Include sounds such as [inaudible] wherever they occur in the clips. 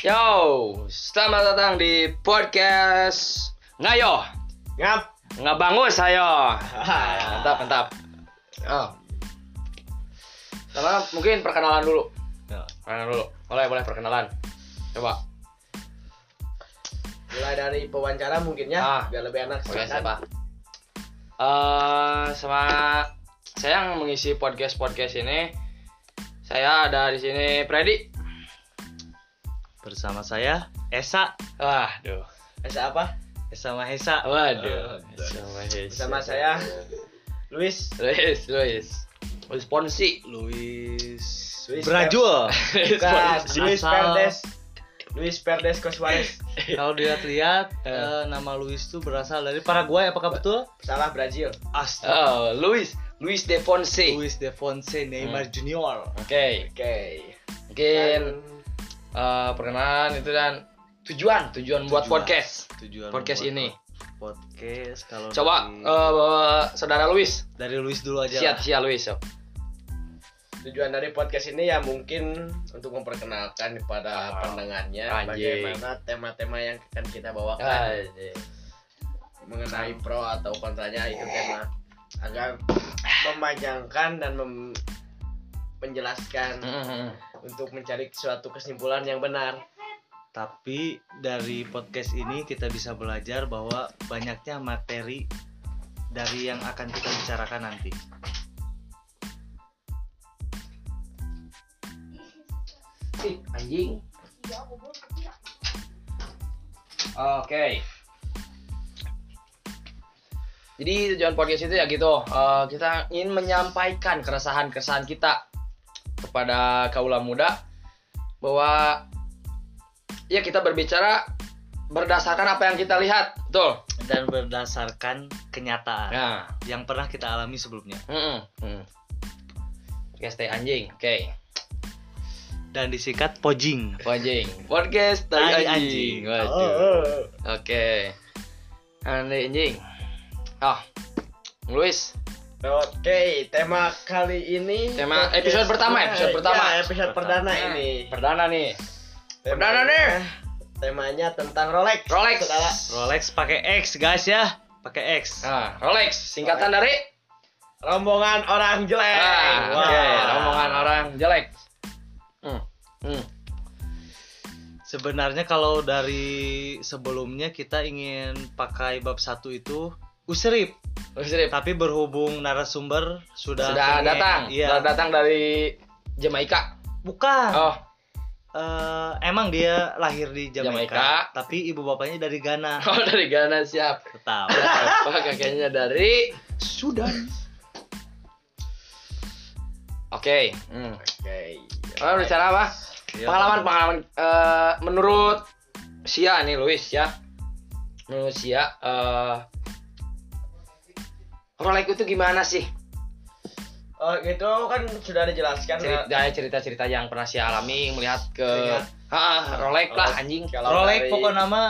Yo, selamat datang di podcast Ngayo Ngap. Ngebangus [laughs] ayo Mantap, mantap oh. Pertama, mungkin perkenalan dulu Perkenalan dulu, boleh, boleh perkenalan Coba, Mulai dari pewawancara mungkin ya, Ah. biar lebih enak. oke silakan. siapa? Eh, sama saya yang mengisi podcast-podcast ini Saya ada di sini Freddy bersama saya Esa Waduh Esa apa? Esa Mahesa Waduh Waduh. Bersama saya Luis. Luis, Luis Luis Ponsi Luis Luis Brajul [laughs] [laughs] Luis Bukan, Ponsi. Luis Asal- Perdes. Luis Perdes Koswares. [laughs] kalau dilihat-lihat Eh. eh, nama Luis itu berasal dari Paraguay apakah betul Salah Brazil. Astaga Oh, Luis, Luis De Fonse. Oke, Luis de Fonse Neymar Hmm. Junior Oke. mungkin Dan eh, perkenalan itu dan tujuan, tujuan buat Tujuan. podcast, tujuan podcast membuat ini. podcast kalau Coba dari, eh, eh, saudara Luis, dari Luis dulu aja siap lah. siap Luis. yo. tujuan dari podcast ini ya mungkin untuk memperkenalkan kepada Ah, pendengarnya anjing. bagaimana tema-tema yang akan kita bawakan Anjing. mengenai pro atau kontranya itu tema agar memanjangkan dan mem- menjelaskan Mm-mm. untuk mencari suatu kesimpulan yang benar. tapi dari podcast ini kita bisa belajar bahwa banyaknya materi dari yang akan kita bicarakan nanti Eh, Anjing. Oke. Jadi tujuan podcast itu ya gitu. eh, kita ingin menyampaikan keresahan-keresahan kita kepada kaula muda bahwa ya kita berbicara berdasarkan apa yang kita lihat, betul? dan berdasarkan kenyataan Nah, yang pernah kita alami sebelumnya mm Podcast tai anjing, oke. dan disikat pojing. Anjing. Podcast tai Tai anjing. anjing. Waduh. Oh, Oke. Aneh anjing. Ah. Luis, Oke, tema kali ini Tema episode pertama, episode pertama. Ya, episode perdana ini. perdana nih. Temanya- perdana nih. Temanya tentang Rolex. Rolex. Saudara. Rolex pakai X guys ya, pakai X. Ah, Rolex, singkatan dari Rombongan orang jelek. ah, Wah. oke, rombongan orang jelek. Hmm. Hmm. Sebenarnya kalau dari sebelumnya kita ingin pakai bab satu itu usrip, Luis Rip, tapi berhubung narasumber sudah sudah kene- datang. Iya. Sudah datang dari Jamaika. Bukan. Oh, [laughs] Eh, emang dia lahir di Jamaika, Jamaika. tapi ibu bapaknya dari Ghana. oh dari Ghana siap. [laughs] Tetap. Apa kakeknya dari Sudan. Oke. Hmm. Oke. iya. Oh, bicara apa? pengalaman pengalaman eh, menurut Sia nih Luis ya menurut Sia eh, Rolex itu gimana sih Oh, itu kan sudah dijelaskan. cerita cerita cerita yang pernah Sia alami melihat ke Ingat. Ah, Rolex lah Iya. Rolex. anjing Kalau Rolex dari- pokok nama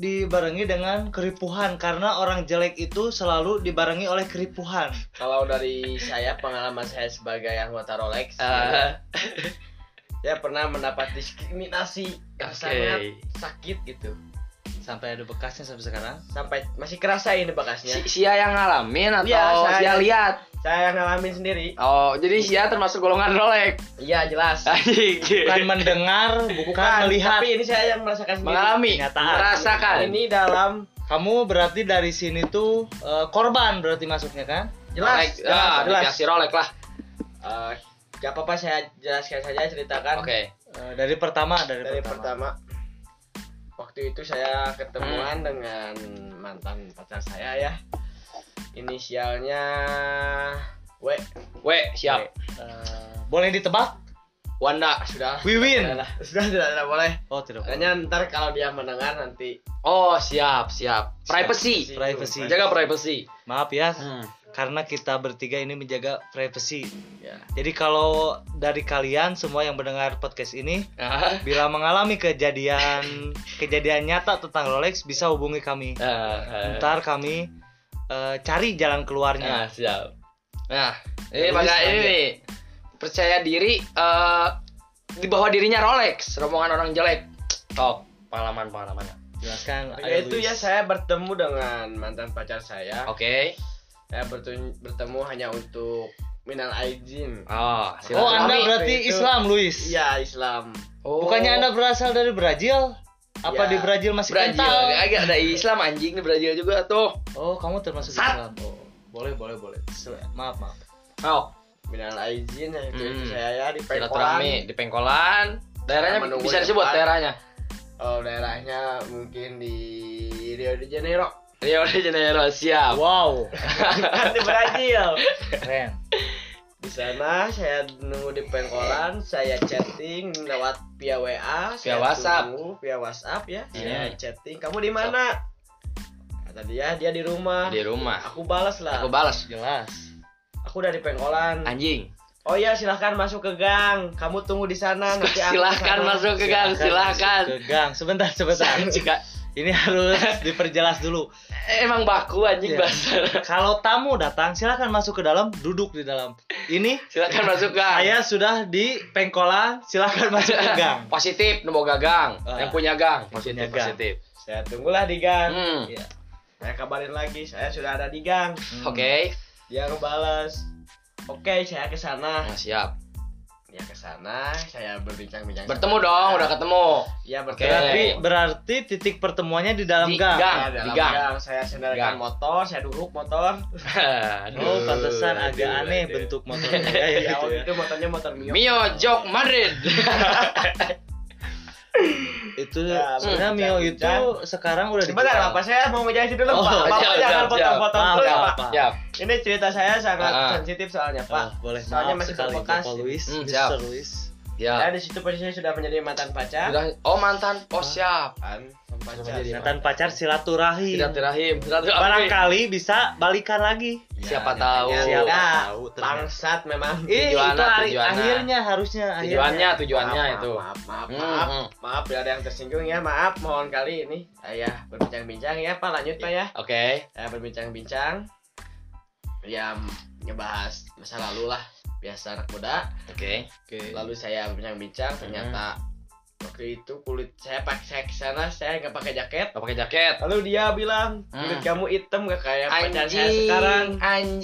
dibarengi dengan keripuhan karena orang jelek itu selalu dibarengi oleh keripuhan. Kalau dari saya pengalaman saya sebagai anggota Rolex, Eh, Ah. [laughs] ya pernah mendapat diskriminasi yang Oke. sangat sakit gitu. sampai ada bekasnya sampai sekarang Sampai masih kerasa ini bekasnya. Si- Sia yang ngalamin atau Iya, saya- Sia lihat Saya ngalamin sendiri. oh jadi Sia termasuk golongan Rolex [laughs] Iya jelas. anjing bukan mendengar bukan, melihat Tapi ini saya yang merasakan sendiri. mengalami Kenyataan. merasakan Ini dalam kamu berarti dari sini tuh eh, korban berarti masuknya kan Rolex jelas. ah, jelas, jelas. dikasih Rolex lah Eh, gak apa-apa saya jelaskan saja ceritakan oke Eh, dari pertama dari, dari pertama, pertama. Waktu itu saya ketemuan dengan mantan pacar saya ya. Inisialnya W. Nah, W siap Eh, boleh ditebak Wanda Sudah. Wiwin Sudah, [laughs] sudah tidak boleh. oh tidak boleh. Hanya ntar kalau dia mendengar nanti Oh siap siap. Privacy. Privacy. Jaga privacy. maaf ya Hmm. karena kita bertiga ini menjaga privacy Ya. jadi kalau dari kalian semua yang mendengar podcast ini Ah, bila mengalami kejadian kejadian nyata tentang Rolex bisa hubungi kami ah, ntar kami eh, cari ah, jalan Ya. keluarnya siap. Nah ini Terus maka ini lanjut. nih, percaya diri eh, di bawah dirinya Rolex rombongan orang jelek. Tok, pengalaman-pengalaman. Jelaskan. ayo, Yaitu ya Luis. saya bertemu dengan mantan pacar saya. Oke. Saya bertun- bertemu hanya untuk minal aidin. Oh, Oh, silaturahmi. Anda Tapi berarti itu- Islam, Luis. Iya Islam. Oh. Bukannya Anda berasal dari Brazil? Apa Ya. di Brazil masih Brazil, kental? agak ada Islam anjing di Brazil juga tuh. Oh, kamu termasuk Sat. Islam. Oh, boleh, boleh, boleh. Se- Maaf, maaf. Oh, Minal aidin yaitu Hmm. itu saya ya, di Pengkolan. silaturahmi di Pengkolan. Daerahnya Menunggu bisa disebut depan. daerahnya. Oh, daerahnya mungkin di Rio de Janeiro. Rio de Janeiro siap. Wow, Bukan di Brazil. keren. di sana saya nunggu di pengkolan saya chatting lewat via WA saya WhatsApp. tunggu via WhatsApp ya saya Iya. chatting kamu di mana kata dia dia di rumah Di rumah. aku balas lah Aku aku, balas. Jelas. udah di pengkolan Anjing. oh iya silahkan masuk ke gang kamu tunggu di sana nanti Ya, aku Silahkan kesana. masuk ke gang, silahkan. masuk Ke gang. Sebentar, sebentar. Jika Ini harus diperjelas dulu. emang baku anjing Iya. bahasa. Kalau tamu datang, silakan masuk ke dalam, duduk di dalam. Ini Silahkan masuk gang. saya sudah di pengkolan, silakan masuk [laughs] ke gang. Positif, nemu gagang. Ah. Yang punya gang. Yang Positif, punya gang. positif. saya tunggulah di gang Hmm. Iya. saya kabarin lagi saya sudah ada di gang Hmm. Oke. dia ngebalas oke saya ke sana Nah, siap. dia ke sana saya berbincang-bincang sama Bertemu dia. dong, udah ketemu. Iya Oke. bertemu Berarti berarti titik pertemuannya di dalam Di gang. gang. Saya dalam di gang. gang, saya Gang. sendalkan motor, saya duduk motor. Aduh. Oh, pantesan Aduh, agak aduh, aneh [laughs] aduh. bentuk motornya ya, ya, Ya, gitu waktu ya. itu motornya motor Mio. Mio Jok Madrid. Itu Ya, sebenarnya Mio berbincang, itu sekarang udah di Sebentar, lah, Pak. Saya mau ngejelasin dulu, Oh, Pak. Bapak siap, jangan siap, potong-potong siap. terus, Maaf, Pak. maaf. Siap. Ini cerita saya sangat Ah, ah. sensitif soalnya, Pak. Oh, boleh Soalnya maaf masih sekali terbekas. Bapak Luis, Hmm, Mr. siap. Luis. Ya. Saya di situ posisi sudah menjadi mantan pacar. Sudah- Oh, mantan. Oh, siap. Kan, Sudah pacar. menjadi- Mantan pacar Nah, silaturahim. Silaturahim. Silaturahmi. Barangkali bisa balikan lagi. Siapa tahu. Iya, Siapa Siapa Ya, tahu. tahu, ternyata. Bangsat memang. Ih, Tujuannya, Eh, itu hari- tujuannya. akhirnya harusnya akhirnya. Tujuannya, tujuannya Maaf, itu. Maaf, maaf, Hmm, maaf. hmm. Maaf, bila ada yang tersinggung ya. Maaf, mohon kali ini. Saya berbincang-bincang ya, Pak. Lanjut, Pak ya. Oke. saya berbincang-bincang ya ngebahas masa lalu lah biasa anak muda Oke. Oke. lalu saya berbincang-bincang ternyata waktu itu kulit saya pakai saya kesana saya nggak pakai jaket Gak pakai jaket. lalu dia bilang kulit Hmm. kamu hitam gak kayak pacar saya sekarang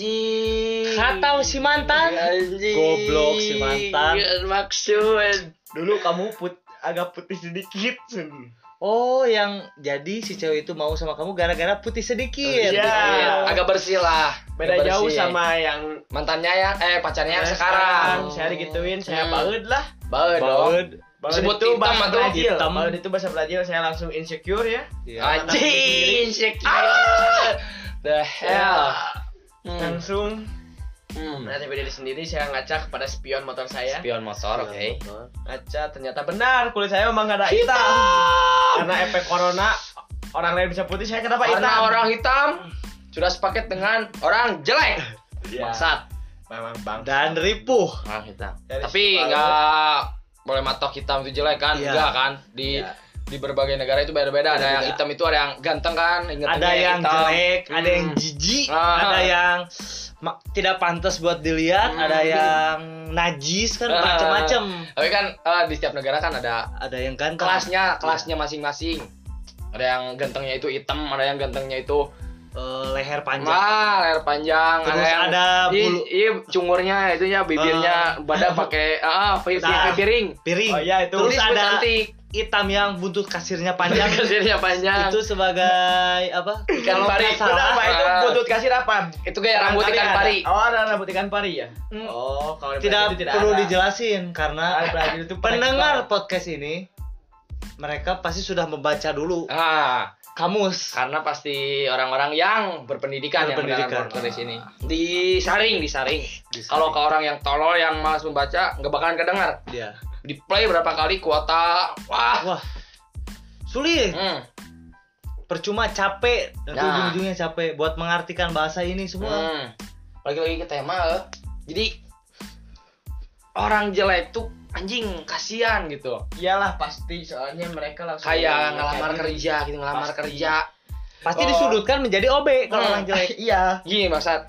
Anjing. Iya, Atau si mantan. Anjing. Iya, Goblok si mantan. Maksud. dulu kamu put agak putih sedikit Sun." Oh, yang jadi si cewek itu mau sama kamu gara-gara putih Oh, sedikit. Iya. Agak bersih lah. Agak beda jauh bersih. sama yang mantannya ya eh pacarnya yang saya sekarang. saya digituin saya Hmm. banget lah Bae dong. Baud. Banget Disebut itu hitam bahasa atau Brazil hitam? Banget itu bahasa Brazil saya langsung insecure ya Iya. Anjing, insecure. The hell. saya Hmm. langsung Hmm. Nah, tapi diri sendiri saya ngaca kepada spion motor saya. ya. Spion motor, oke. Ngaca ternyata benar kulit saya memang gak ada hitam. Karena efek corona orang lain bisa putih saya kenapa Karena hitam? orang hitam sudah sepaket dengan orang jelek. Iya. Bangsat. memang bang. Dan ripuh. Orang hitam. Dari Ah, Tapi Spanyol. nggak boleh matok hitam itu jelek kan? Iya. Enggak kan? Di Iya. di berbagai negara itu beda-beda. Ada yang Beda-beda. hitam itu ada yang ganteng kan? Ingat ada yang jelek, ada yang jijik, Ah. ada yang ma- tidak pantas buat dilihat, Hmm. ada yang najis kan Ah. macam-macam. Tapi kan eh, di setiap negara kan ada Ada yang ganteng. Iya. kelasnya kelasnya masing-masing ada yang gantengnya itu hitam ada yang gantengnya itu Eh, leher panjang. wah leher panjang Terus yang ada Ih, bulu- Eh. iya, cungurnya itunya bibirnya badan [laughs] pakai ah pakai Nah. pakai piring Piring. Oh iya itu. Terus Tulis ada- cantik Hitam yang buntut kasirnya [laughs] panjang. kasirnya panjang itu sebagai apa? Ikan Kalau pari. nggak Benar, salah, eh, Nah, Pak, itu Ah. buntut kasir apa? itu kayak rambut Barangkali ikan Eh, ada. pari Mm. Oh, ada rambut ikan pari ya? Hmm. Oh, kalau di tidak, Brazil itu perlu ada. dijelasin Kalau di karena Brazil itu pendengar podcast ini mereka pasti sudah membaca dulu ah kamus. karena pasti orang-orang yang berpendidikan, yang mendengar Berpendidikan. podcast ini disaring disaring Disaring. kalau ke orang yang tolol yang malas membaca nggak bakalan kedengar Dia. di play berapa kali kuota wah Wah. Sulit. Hmm. percuma capek nanti Nah. ujung-ujungnya capek buat mengartikan bahasa ini semua Hmm. Lagi-lagi ke tema eh. Jadi orang jelek tuh anjing kasihan gitu. Iyalah pasti soalnya mereka langsung Kayak ngelamar kerja gitu, ngelamar Iya, Pasti. kerja. pasti Oh. disudutkan menjadi OB kalau Hmm. orang jelek [laughs] Iya. Gini maksud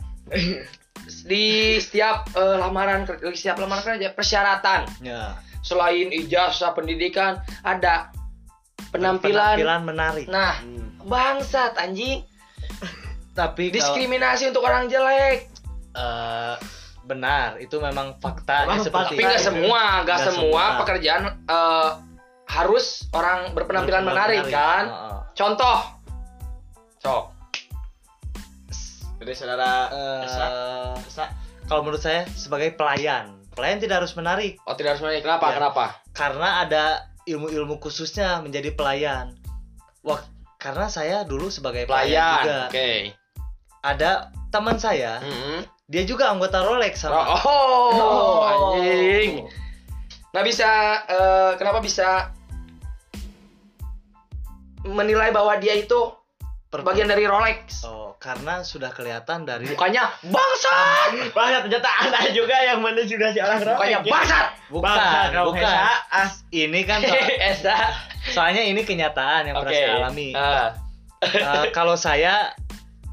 di setiap eh, lamaran kerja, setiap lamaran kerja persyaratan ya selain ijazah pendidikan ada penampilan. menarik. Nah, Hmm. bangsat anjing. Tapi kalau- Diskriminasi untuk orang jelek. eh, benar itu memang fakta Memang seperti Tapi nggak itu. semua, nggak Nggak semua semua. pekerjaan eh, harus orang berpenampilan Benar, menarik kan. Heeh. Contoh. Sok. Jadi saudara Eh, Esa. Esa, kalau menurut saya sebagai pelayan pelayan tidak harus menarik Oh, tidak harus menarik. Kenapa? Ya. Kenapa? karena ada ilmu-ilmu khususnya menjadi pelayan Wah, karena saya dulu sebagai pelayan, Pelayan. juga Oke. ada teman saya Mm-mm. dia juga anggota Rolex sama Oh, anjing. [laughs] Nah bisa eh, kenapa bisa menilai bahwa dia itu Per- bagian dari Rolex? Oh, karena sudah kelihatan dari Bukannya bangsat, Banyak ternyata ada juga yang mana sudah si orang bukannya bangsat. bukan Bangsa kamu, bukan Esa. Ah, ini kan [laughs] soal- Esa. soalnya ini kenyataan yang pernah Eh, Oke. saya alami Ah, Eh, kalau saya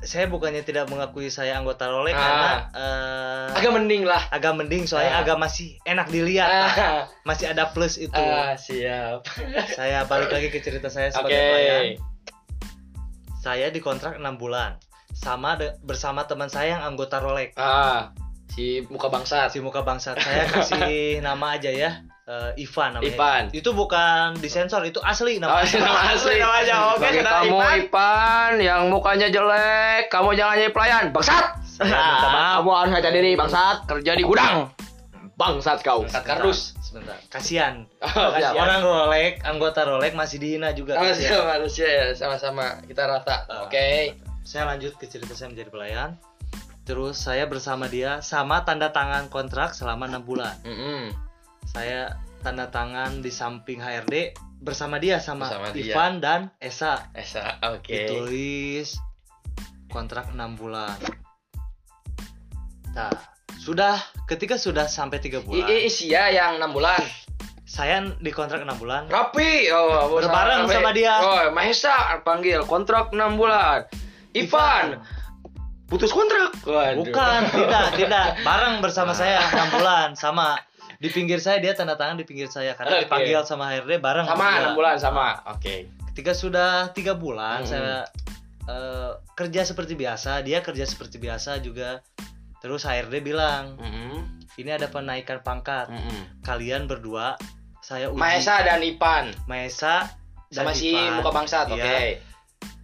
saya bukannya tidak mengakui saya anggota Ah. Rolex karena eh, agak, agak mending lah. mending soalnya Ah. agak masih enak dilihat lah. Ah, masih ada plus itu ah, siap. ya? saya balik lagi ke cerita saya Oke. sebagai pelayan saya dikontrak enam bulan sama de- bersama teman saya yang anggota Rolex Ah, si muka bangsat. si muka bangsa saya [laughs] kasih nama aja ya eh, Ivan namanya Ivan. itu bukan disensor itu asli Oh, namanya nama asli. Nama aja, oke, Bagi saudara kamu Ipan. Ipan. yang mukanya jelek, kamu jangan jadi pelayan, bangsat. Saya minta maaf. Kamu harus ngaca diri, bangsat. Ah. Kerja di gudang, bangsat kau. Sebentar, sebentar kasihan Oh, Kasihan. siap. orang Rolex anggota Rolex masih dihina juga Sama kasihan. siapa manusia ya, sama-sama kita rata. Ah. Oke. saya lanjut ke cerita saya menjadi pelayan terus saya bersama dia sama tanda tangan kontrak selama enam bulan Mm-mm. saya tanda tangan di samping HRD bersama dia sama, Bersama dia. Ivan dan Esa Esa, oke. ditulis kontrak enam bulan nah sudah ketika sudah sampai tiga bulan I- I- Isia yang 6 bulan. saya dikontrak enam bulan Rapi, oh, bos- Berbareng sama dia. Oh, Mahesa panggil kontrak 6 bulan. Ivan putus kontrak. Waduh. Bukan, tidak, tidak. Bareng bersama saya Ah. 6 bulan sama di pinggir saya dia tanda tangan di pinggir saya karena Oke. dipanggil sama HRD bareng. Sama Iya. 6 bulan sama. Oke. Ketika sudah tiga bulan Hmm. saya eh, kerja seperti biasa, dia kerja seperti biasa juga. Terus HRD bilang, Mm-mm. "Ini ada penaikan pangkat. Mm-mm. Kalian berdua saya uji Mahesa dan Ipan Maesa dan sama si Ipan muka bangsat. Iya. Oke.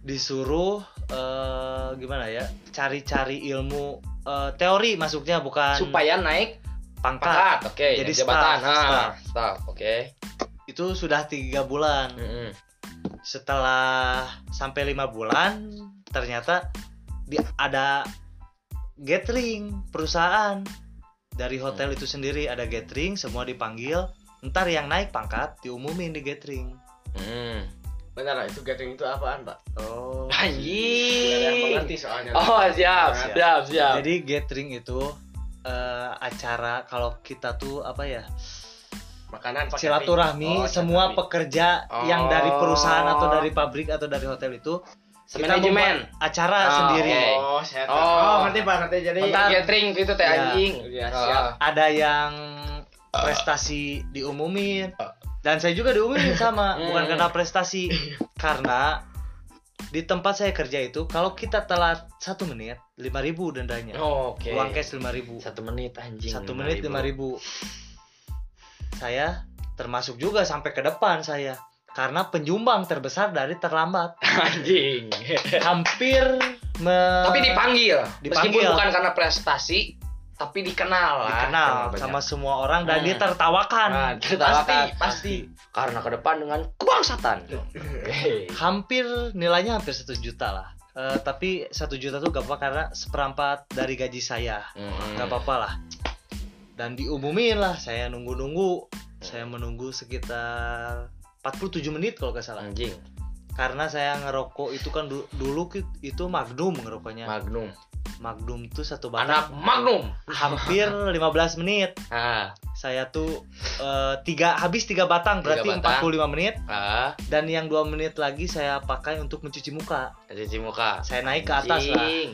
disuruh eh, gimana ya? Cari-cari ilmu eh, teori masuknya bukan Supaya naik pangkat. pangkat. Oke. Ah, Jadi jabatan. staff, Ah, staff. staff. Oke. itu sudah tiga bulan Mm-mm. setelah sampai lima bulan ternyata di, ada gathering perusahaan dari hotel itu sendiri ada gathering semua dipanggil ntar yang naik pangkat diumumin di gathering Mm. Benar, itu gathering itu apaan, Pak? oh Tidak ada yang Anjing. mengerti Iya. soalnya. Oh siap, Siap. siap, siap. jadi gathering itu eh, acara kalau kita tuh apa ya Makanan pakai Oh, silaturahmi semua silaturahmi. pekerja yang dari perusahaan atau dari pabrik atau dari hotel itu kita Semanajemen. membuat acara Ah, sendiri oke. Oh, saya tahu. Oh. Oh, ngerti Pak, ngerti. Jadi Bentar. Gathering gitu teh Ya. anjing. Ya, siap. Oh. ada yang prestasi diumumin Ah. dan saya juga diumumin sama bukan Hmm. karena prestasi karena di tempat saya kerja itu kalau kita telat satu menit 5000 dendanya Oh, Oke. uang cash 5000 Satu menit anjing. satu menit 5000 saya termasuk juga sampai ke depan saya karena penyumbang terbesar dari terlambat Anjing. [laughs] hampir me- Tapi dipanggil. Meskipun Dipanggil. bukan karena prestasi, tapi dikenal lah. dikenal sama semua orang dan Hmm. ditertawakan Iya, Nah, Pasti, ditertawakan. [laughs] pasti. karena ke depan dengan kebangsatan. Oke. hampir nilainya hampir satu juta lah Eh, tapi satu juta tuh gak apa karena seperempat dari gaji saya Mm-mm. gak apa-apa lah dan diumumin lah saya nunggu-nunggu saya menunggu sekitar 47 menit kalau gak salah Anjing, karena saya ngerokok itu kan du- dulu ki- itu magnum ngerokoknya Magnum. magnum tuh satu batang Anak Magnum. hampir 15 menit Ah, saya tuh eh, tiga habis tiga batang Tiga berarti batang. 45 menit ah, dan yang dua menit lagi saya pakai untuk mencuci muka cuci muka. saya naik ke atas lah Anjing.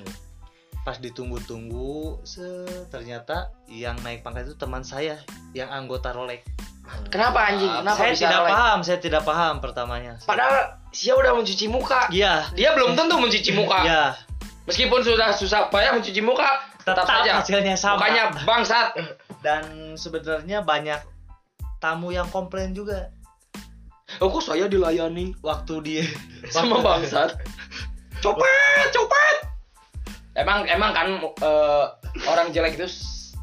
pas ditunggu-tunggu se ternyata yang naik pangkat itu teman saya yang anggota Rolex Kenapa anjing? Kenapa saya bisa tidak lalai? paham, saya tidak paham pertamanya. Padahal Sia udah mencuci muka. Iya. Dia belum tentu mencuci muka. Iya. Meskipun sudah susah payah mencuci muka, tetap, Tetap saja hasilnya sama. mukanya bangsat. Dan sebenarnya banyak tamu yang komplain juga Oh, kok saya dilayani waktu dia sama waktu- bangsat? Copet, copet. Emang emang kan eh, orang jelek itu s-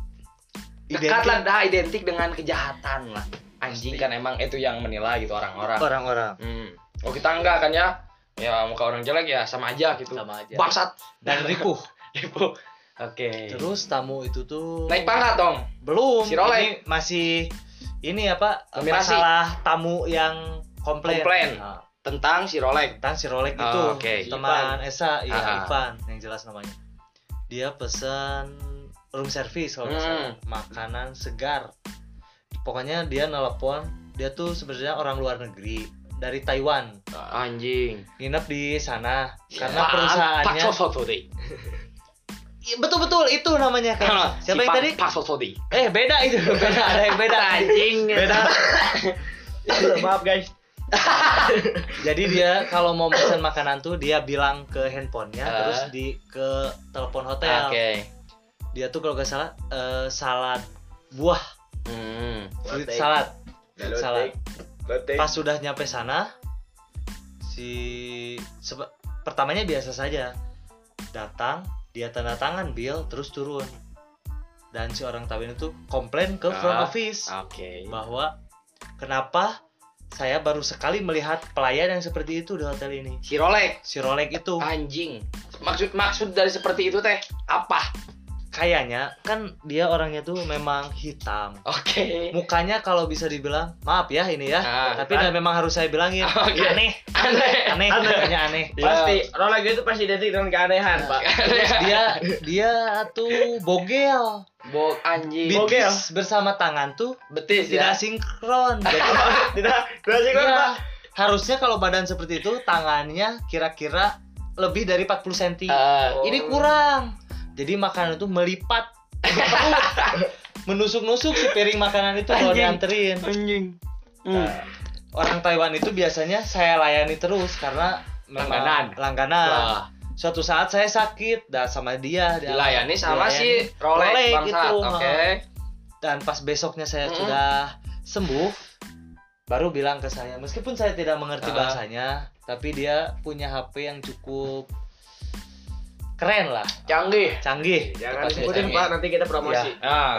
dekat Identik. lah dah identik dengan kejahatan lah. Anjing kan emang itu yang menilai gitu orang-orang. Orang-orang. Hmm. Oh, kita enggak kan ya? Ya muka orang jelek ya sama aja gitu. Sama aja. Bangsat. Dan Riku. Ibu. Oke. Terus tamu itu tuh Naik pangkat dong. belum. Si Roleng. Ini masih ini apa? Nominasi. Masalah tamu yang komplain. Komplain. Nah, Tentang si Rolek. tentang si Rolek Oh, itu oke. teman Esa iya Ah. Ivan yang jelas namanya dia pesan room service kalau nggak salah. Hmm. makanan segar pokoknya dia nelpon dia tuh sebenarnya orang luar negeri dari Taiwan Anjing. nginep di sana karena perusahaannya Pak Sosodi. Iya, betul-betul itu [laughs] namanya kan siapa yang tadi Pak Sosodi. eh beda itu [laughs] beda ada yang beda [laughs] Anjing. beda Maaf guys. jadi dia kalau mau pesan makanan tuh dia bilang ke handphonenya Ah. terus di ke telepon Oke. hotel dia tuh kalau gak salah eh, salad buah Hmm. fruit Lotek. salad Lotek. Salah. Lotek. pas sudah nyampe sana si sebe- pertamanya biasa saja datang dia tanda tangan bill terus turun dan si orang Taiwan itu komplain ke front Ah. office Oke. bahwa kenapa saya baru sekali melihat pelayan yang seperti itu di hotel ini Si Rolek. si Rolex itu Anjing. Maksud maksud dari seperti itu teh apa? kayaknya kan dia orangnya tuh memang hitam Oke. mukanya kalau bisa dibilang maaf ya ini ya Ah, Nah, tapi dan memang harus saya bilangin [laughs] Oke. aneh Aneh. aneh mukanya aneh Iya. Pasti Rolex itu pasti identik dengan keanehan, Pak. dia dia tuh bogel Bog anjing. Bog- Bogel? Bitis bersama tangan tuh Betis ya. tidak sinkron jadi Tidak, tidak sih kan, iya, Pak. harusnya kalau badan seperti itu tangannya kira-kira lebih dari 40 cm Eh, ini kurang jadi makanan itu melipat ke perut. menusuk-nusuk si piring makanan itu kalau Anjing. dianterin anjing. Hmm. Nah, orang Taiwan itu biasanya saya layani terus karena memang Langganan. langganan. Nah, Suatu saat saya sakit dan sama dia, dia- dilayani sama dilayani. si Rolek, Rolek bangsat. itu, Oke. dan pas besoknya saya Mm-mm. sudah sembuh baru bilang ke saya meskipun saya tidak Ah. mengerti bahasanya tapi dia punya HP yang cukup keren lah, Canggih. canggih. Jangan tepatnya. disebutin, sayang. Pak, nanti kita promosi. [laughs] Nah,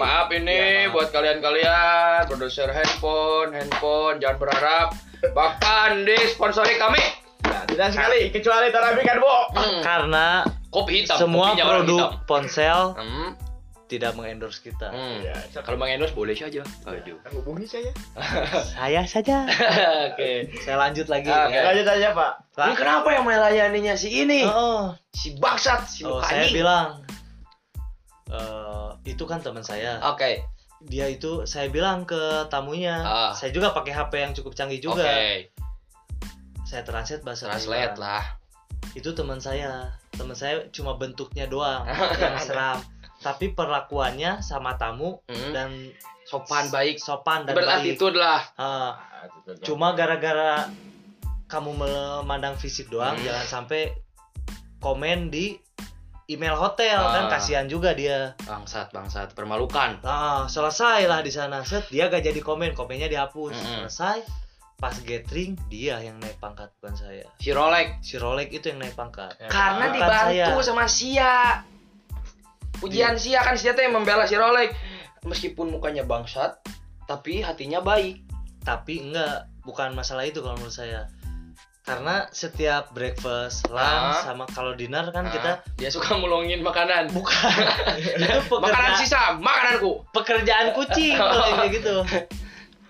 Iya, maaf ini Ya, maaf. buat kalian-kalian produser handphone, handphone jangan berharap bahkan disponsori kami. Nah, tidak sekali, kecuali Tarabi kan, Bu. Hmm. Karena Kopi hitam. semua kopinya warna produk hitam. ponsel Hmm. tidak mengendorse kita. hmm. Ya, Kalau Bang Enos boleh saja. Aduh. hubungi saya. Saya saja. [laughs] Oke. saya lanjut lagi. Ah, Oke. ya. Lanjut aja, Pak. Ini kenapa yang melayaninya si ini? Oh. Si bangsat, si Oh, muka saya anjing. bilang "Eh, itu kan teman saya. Oke. Dia itu saya bilang ke tamunya. Ah. Saya juga pakai HP yang cukup canggih juga. Oke. Saya translate bahasa Translate Taiwan. lah. Itu teman saya. Teman saya cuma bentuknya [laughs] doang yang seram. Tapi perlakuannya sama tamu Hmm. dan Sopan baik. sopan dan baik. Berattitude lah. Ah, gitu cuma gara-gara kamu memandang fisik doang, Hmm. jangan sampai komen di email hotel kan Ah. kasihan juga dia. Bangsat, bangsat. Permalukan. Nah, selesai lah di sana. Set, dia gak jadi komen, komennya dihapus. Mm-mm. Selesai. Pas gathering dia yang naik pangkat bukan saya. Si Rolek. Si Rolex itu yang naik pangkat. Karena Bukan dibantu saya. sama Sia. Pujian Sia kan Sia tuh yang membela si Rolek. Meskipun mukanya bangsat, tapi hatinya baik. Tapi enggak, bukan masalah itu kalau menurut saya. Karena setiap breakfast, lunch Ah. sama kalau dinner kan Ah, [laughs] kita dia suka ngulungin makanan. bukan itu Makanan Oh. pekerja- sisa, makananku. pekerjaan [laughs] kucing kalau yang kayak gitu.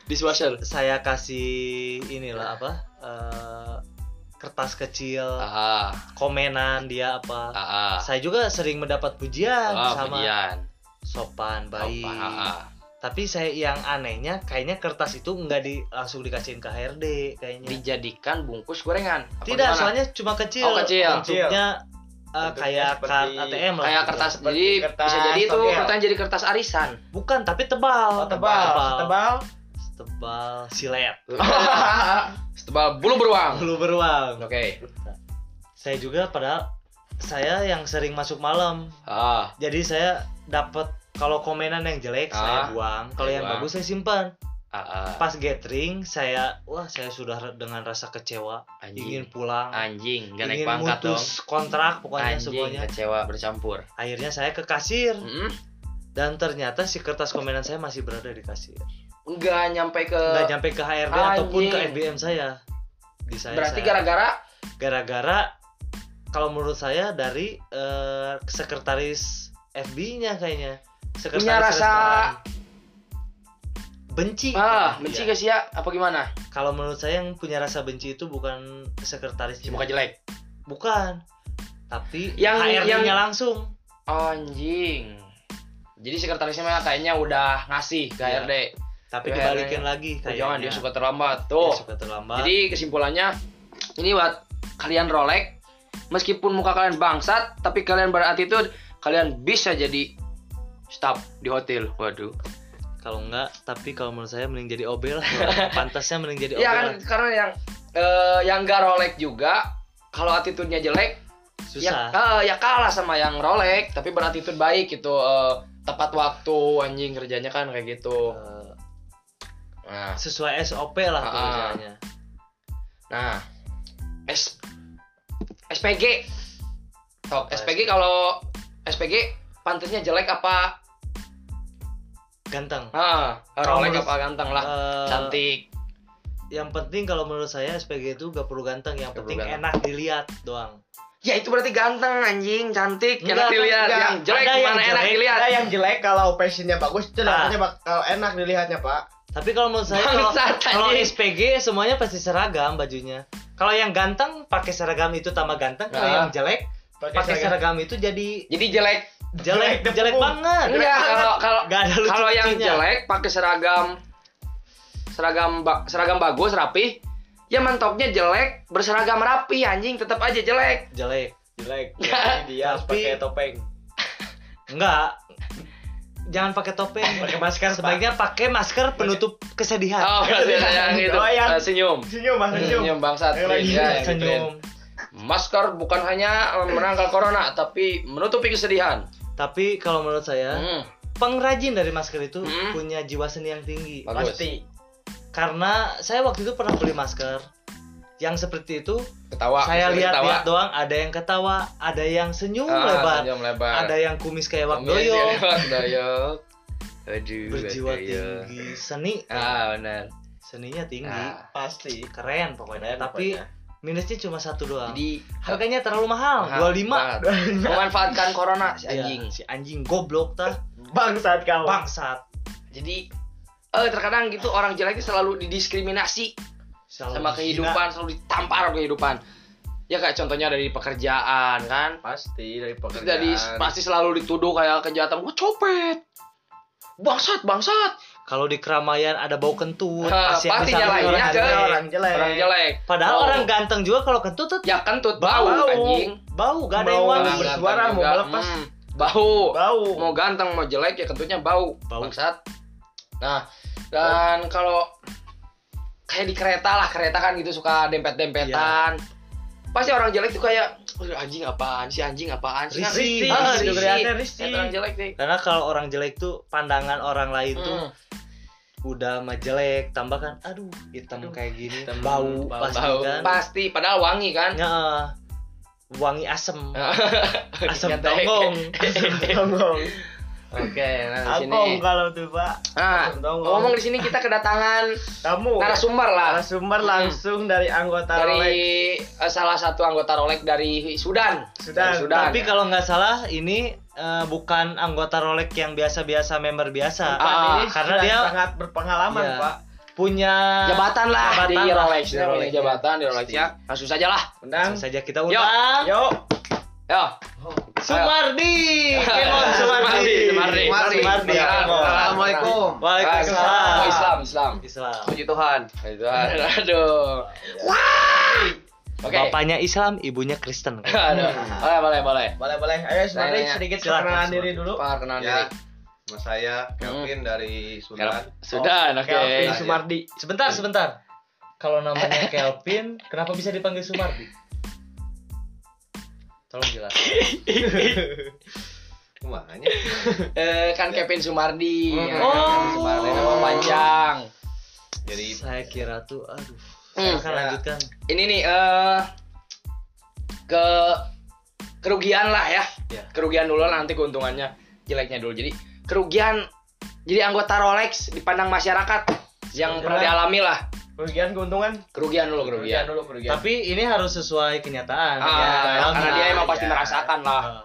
Dishwasher. Saya kasih inilah apa? eh, kertas kecil, Ah, komenan dia apa? ah, ah. saya juga sering mendapat pujian Ah, sama pujian. sopan baik Apa, ah, ah. tapi saya yang anehnya kayaknya kertas itu nggak di langsung dikasihin ke HRD kayaknya Dijadikan bungkus gorengan. Apa tidak gimana? soalnya cuma kecil Oh, kecil. bentuknya eh, Bentuknya kayak seperti- kartu ATM lah kayak gitu. kertas seperti jadi kertas bisa jadi itu togel. kertas jadi kertas arisan bukan tapi tebal Oh, tebal, tebal [laughs] tebal. tebal silet setebal bulu beruang lu beruang oke saya juga padahal saya yang sering masuk malam ah jadi saya dapat kalau komenan yang jelek Ah. saya buang kalau yang Buang. bagus saya simpan ah, ah. pas gathering saya wah saya sudah re- dengan rasa kecewa anjing ingin pulang anjing gak Iya. Ah, naik ingin pangkat dong mutus kontrak pokoknya anjing Hmm. semuanya kecewa bercampur akhirnya saya ke kasir Mm-mm. dan ternyata si kertas komenan saya masih berada di kasir nggak nyampe ke nggak nyampe ke Eh, HRD anjing. ataupun ke SBM saya di saya berarti saya- gara-gara gara-gara kalau menurut saya dari eh, sekretaris FB-nya kayaknya sekretaris Punya rasa- restoran. benci ah Iya. benci gak sih ya apa gimana kalau menurut saya yang punya rasa benci itu bukan sekretaris muka jelek bukan tapi Yang- HRD-nya yang- langsung anjing jadi sekretarisnya memang kayaknya udah ngasih ke Iya. HRD. tapi Iya, dibalikin iya. lagi Oh, kayaknya jangan dia suka terlambat. Dia Tuh. suka terlambat Jadi kesimpulannya ini buat kalian rolek meskipun muka kalian bangsat tapi kalian berattitude kalian bisa jadi staff di hotel. Waduh. kalau enggak tapi kalau menurut saya mending jadi OB lah [laughs] pantasnya mending jadi OB Iya kan Ya lah. karena yang eh, yang gak rolek juga kalau attitude-nya jelek ya susah eh, ya kalah sama yang rolek tapi berattitude baik gitu eh, tepat waktu anjing kerjanya kan kayak gitu. Eh, Nah, sesuai SOP lah Ah. tulisannya Nah, S SPG. Sok, Apa SPG kalau SPG pantasnya jelek apa? ganteng Ah, Kalau rolek menurut- apa ganteng lah. Eh, Cantik. yang penting kalau menurut saya SPG itu gak perlu ganteng yang Gak perlu penting ganteng. enak dilihat doang Ya itu berarti ganteng anjing, cantik, enak Enggak, dilihat. enggak. Yang jelek Ada yang mana enak jelek, dilihat. Ada yang jelek kalau passionnya bagus, itu Ah. rasanya bakal enak dilihatnya, Pak. tapi kalau menurut saya kalau- Bangsat kalau anjing. SPG semuanya pasti seragam bajunya kalau yang ganteng pakai seragam itu tambah ganteng kalau Ah. yang jelek pakai seragam itu jadi Jadi jelek. jelek Jelek jelek debu. banget Enggak, kalau kalau Gak ada lucu kalau yang jelek pakai seragam seragam ba- seragam bagus rapi ya mantoknya jelek berseragam rapi anjing tetap aja jelek jelek [laughs] jelek. Enggak. Jadi dia harus Tapi- pakai topeng. enggak jangan pakai topeng Pakai masker, Pak. sebaiknya pakai masker penutup kesedihan oh berarti ada yang itu Oh, yang- eh, senyum Senyum, Mas, senyum. senyum bangsat Yang lagi Iya, yang gituin. senyum masker bukan hanya eh, menangkal corona tapi menutupi kesedihan tapi kalau menurut saya Hmm, pengrajin dari masker itu Hmm. punya jiwa seni yang tinggi bagus Pasti. karena saya waktu itu pernah beli masker yang seperti itu ketawa saya masker ketawa. lihat-lihat doang ada yang ketawa ada yang senyum Ah, iya, lebar senyum lebar ada yang kumis kayak wak Kumis, doyong [laughs] lewat doyong aduh berjiwa doyong. tinggi seni iya. ah benar seninya tinggi Ah. Pasti. keren Keren pokoknya tapi pokoknya. minusnya cuma satu doang jadi harganya terlalu mahal mahal 25 banget. memanfaatkan corona si Iya, anjing [laughs] si anjing goblok tah bangsat kamu. bangsat jadi eh terkadang gitu orang jelek itu selalu didiskriminasi Selalu sama dihina. kehidupan selalu ditampar kehidupan ya kayak contohnya dari pekerjaan kan Pasti dari Terus pekerjaan. jadi pasti selalu dituduh kayak kejahatan gua copet bangsat bangsat kalau di keramaian ada bau kentut Ah, kasihan pasti misalnya nyalainnya orang orang ke- jelek. Orang jelek. jelek. orang jelek padahal Bau. orang ganteng juga kalau kentut tuh ya kentut bau bau, anjing bau gak ada yang Bau. wangi Orang ganteng bersuara, mau juga, melepas. mm, bau Bau. mau ganteng mau jelek ya kentutnya bau, Bau. bangsat nah dan kalau kayak di kereta lah kereta kan gitu suka dempet dempetan pasti orang jelek tuh kayak "Wih, anjing apaan sih anjing apaan sih Risih. Ah, Risih. Kelihatannya risih. Kayak orang jelek deh karena kalau orang jelek tuh pandangan orang lain tuh Mm. udah mah jelek tambah kan aduh hitam Aduh, kayak gini hitam, bau, bau, pasti Bau. kan pasti padahal wangi [laughs] kan Nge- wangi asem asem Nyetek. tonggong Tongong. oke nah di sini Abang kalau tuh, Pak. nah Tongong. ngomong di sini kita kedatangan Kamu. narasumber lah Narasumber langsung dari anggota Rolex. Hmm. dari eh, salah satu anggota Rolex dari Sudan. Sudan. Dari Sudan. tapi kalau nggak salah ini eh, bukan anggota Rolex yang biasa-biasa member biasa Bukan, Ah, Ini karena sudah dia sangat berpengalaman, Iya. Pak. punya Ya, jabatan lah Jabatan di lah, Rolex, di di Rolex. Rolex, ya. jabatan di Rolex ya. Langsung saja lah. Undang. Langsung saja Ya. kita undang Yuk. Yo. [laughs] Sumardi Kemon Sumardi Sumardi. Ya. Sumardi. Sumardi Sumardi. Assalamualaikum. Oh, Waalaikumsalam Islam, Islam. Islam Puji Tuhan. Puji Tuhan. Aduh. Wah. Oke. Bapaknya Islam, ibunya Kristen. kan? Aduh. boleh boleh boleh Boleh boleh. Ayo Smartly Nanya-nanya. [laughs] sedikit Silakan, perkenalan silakan. diri dulu. [laughs] perkenalan diri Ya, sama saya Kelvin dari Sundan. sudah oke Kelvin Oke. Sumardi. Sebentar, sebentar. Kalau [laughs] namanya Kelvin, kenapa bisa dipanggil Sumardi? Tolong jelas. [laughs] Kumanya. Eh, kan Kevin Sumardi Hmm. Ya, Oh. Kevin Sumardi nama panjang Jadi saya kira tuh aduh. Hmm. Silakan Ya. lanjutkan. ini nih eh ke kerugian lah ya Ya. Iya. kerugian dulu nanti keuntungannya jeleknya dulu jadi kerugian jadi anggota Rolex dipandang masyarakat yang Kerugian. Iya. pernah dialami lah Kerugian keuntungan. kerugian dulu Kerugian kerugian dulu kerugian. Tapi ini harus sesuai kenyataan. Iya. Ah, ya, dalam- karena dia emang ya. pasti merasakan lah Ah,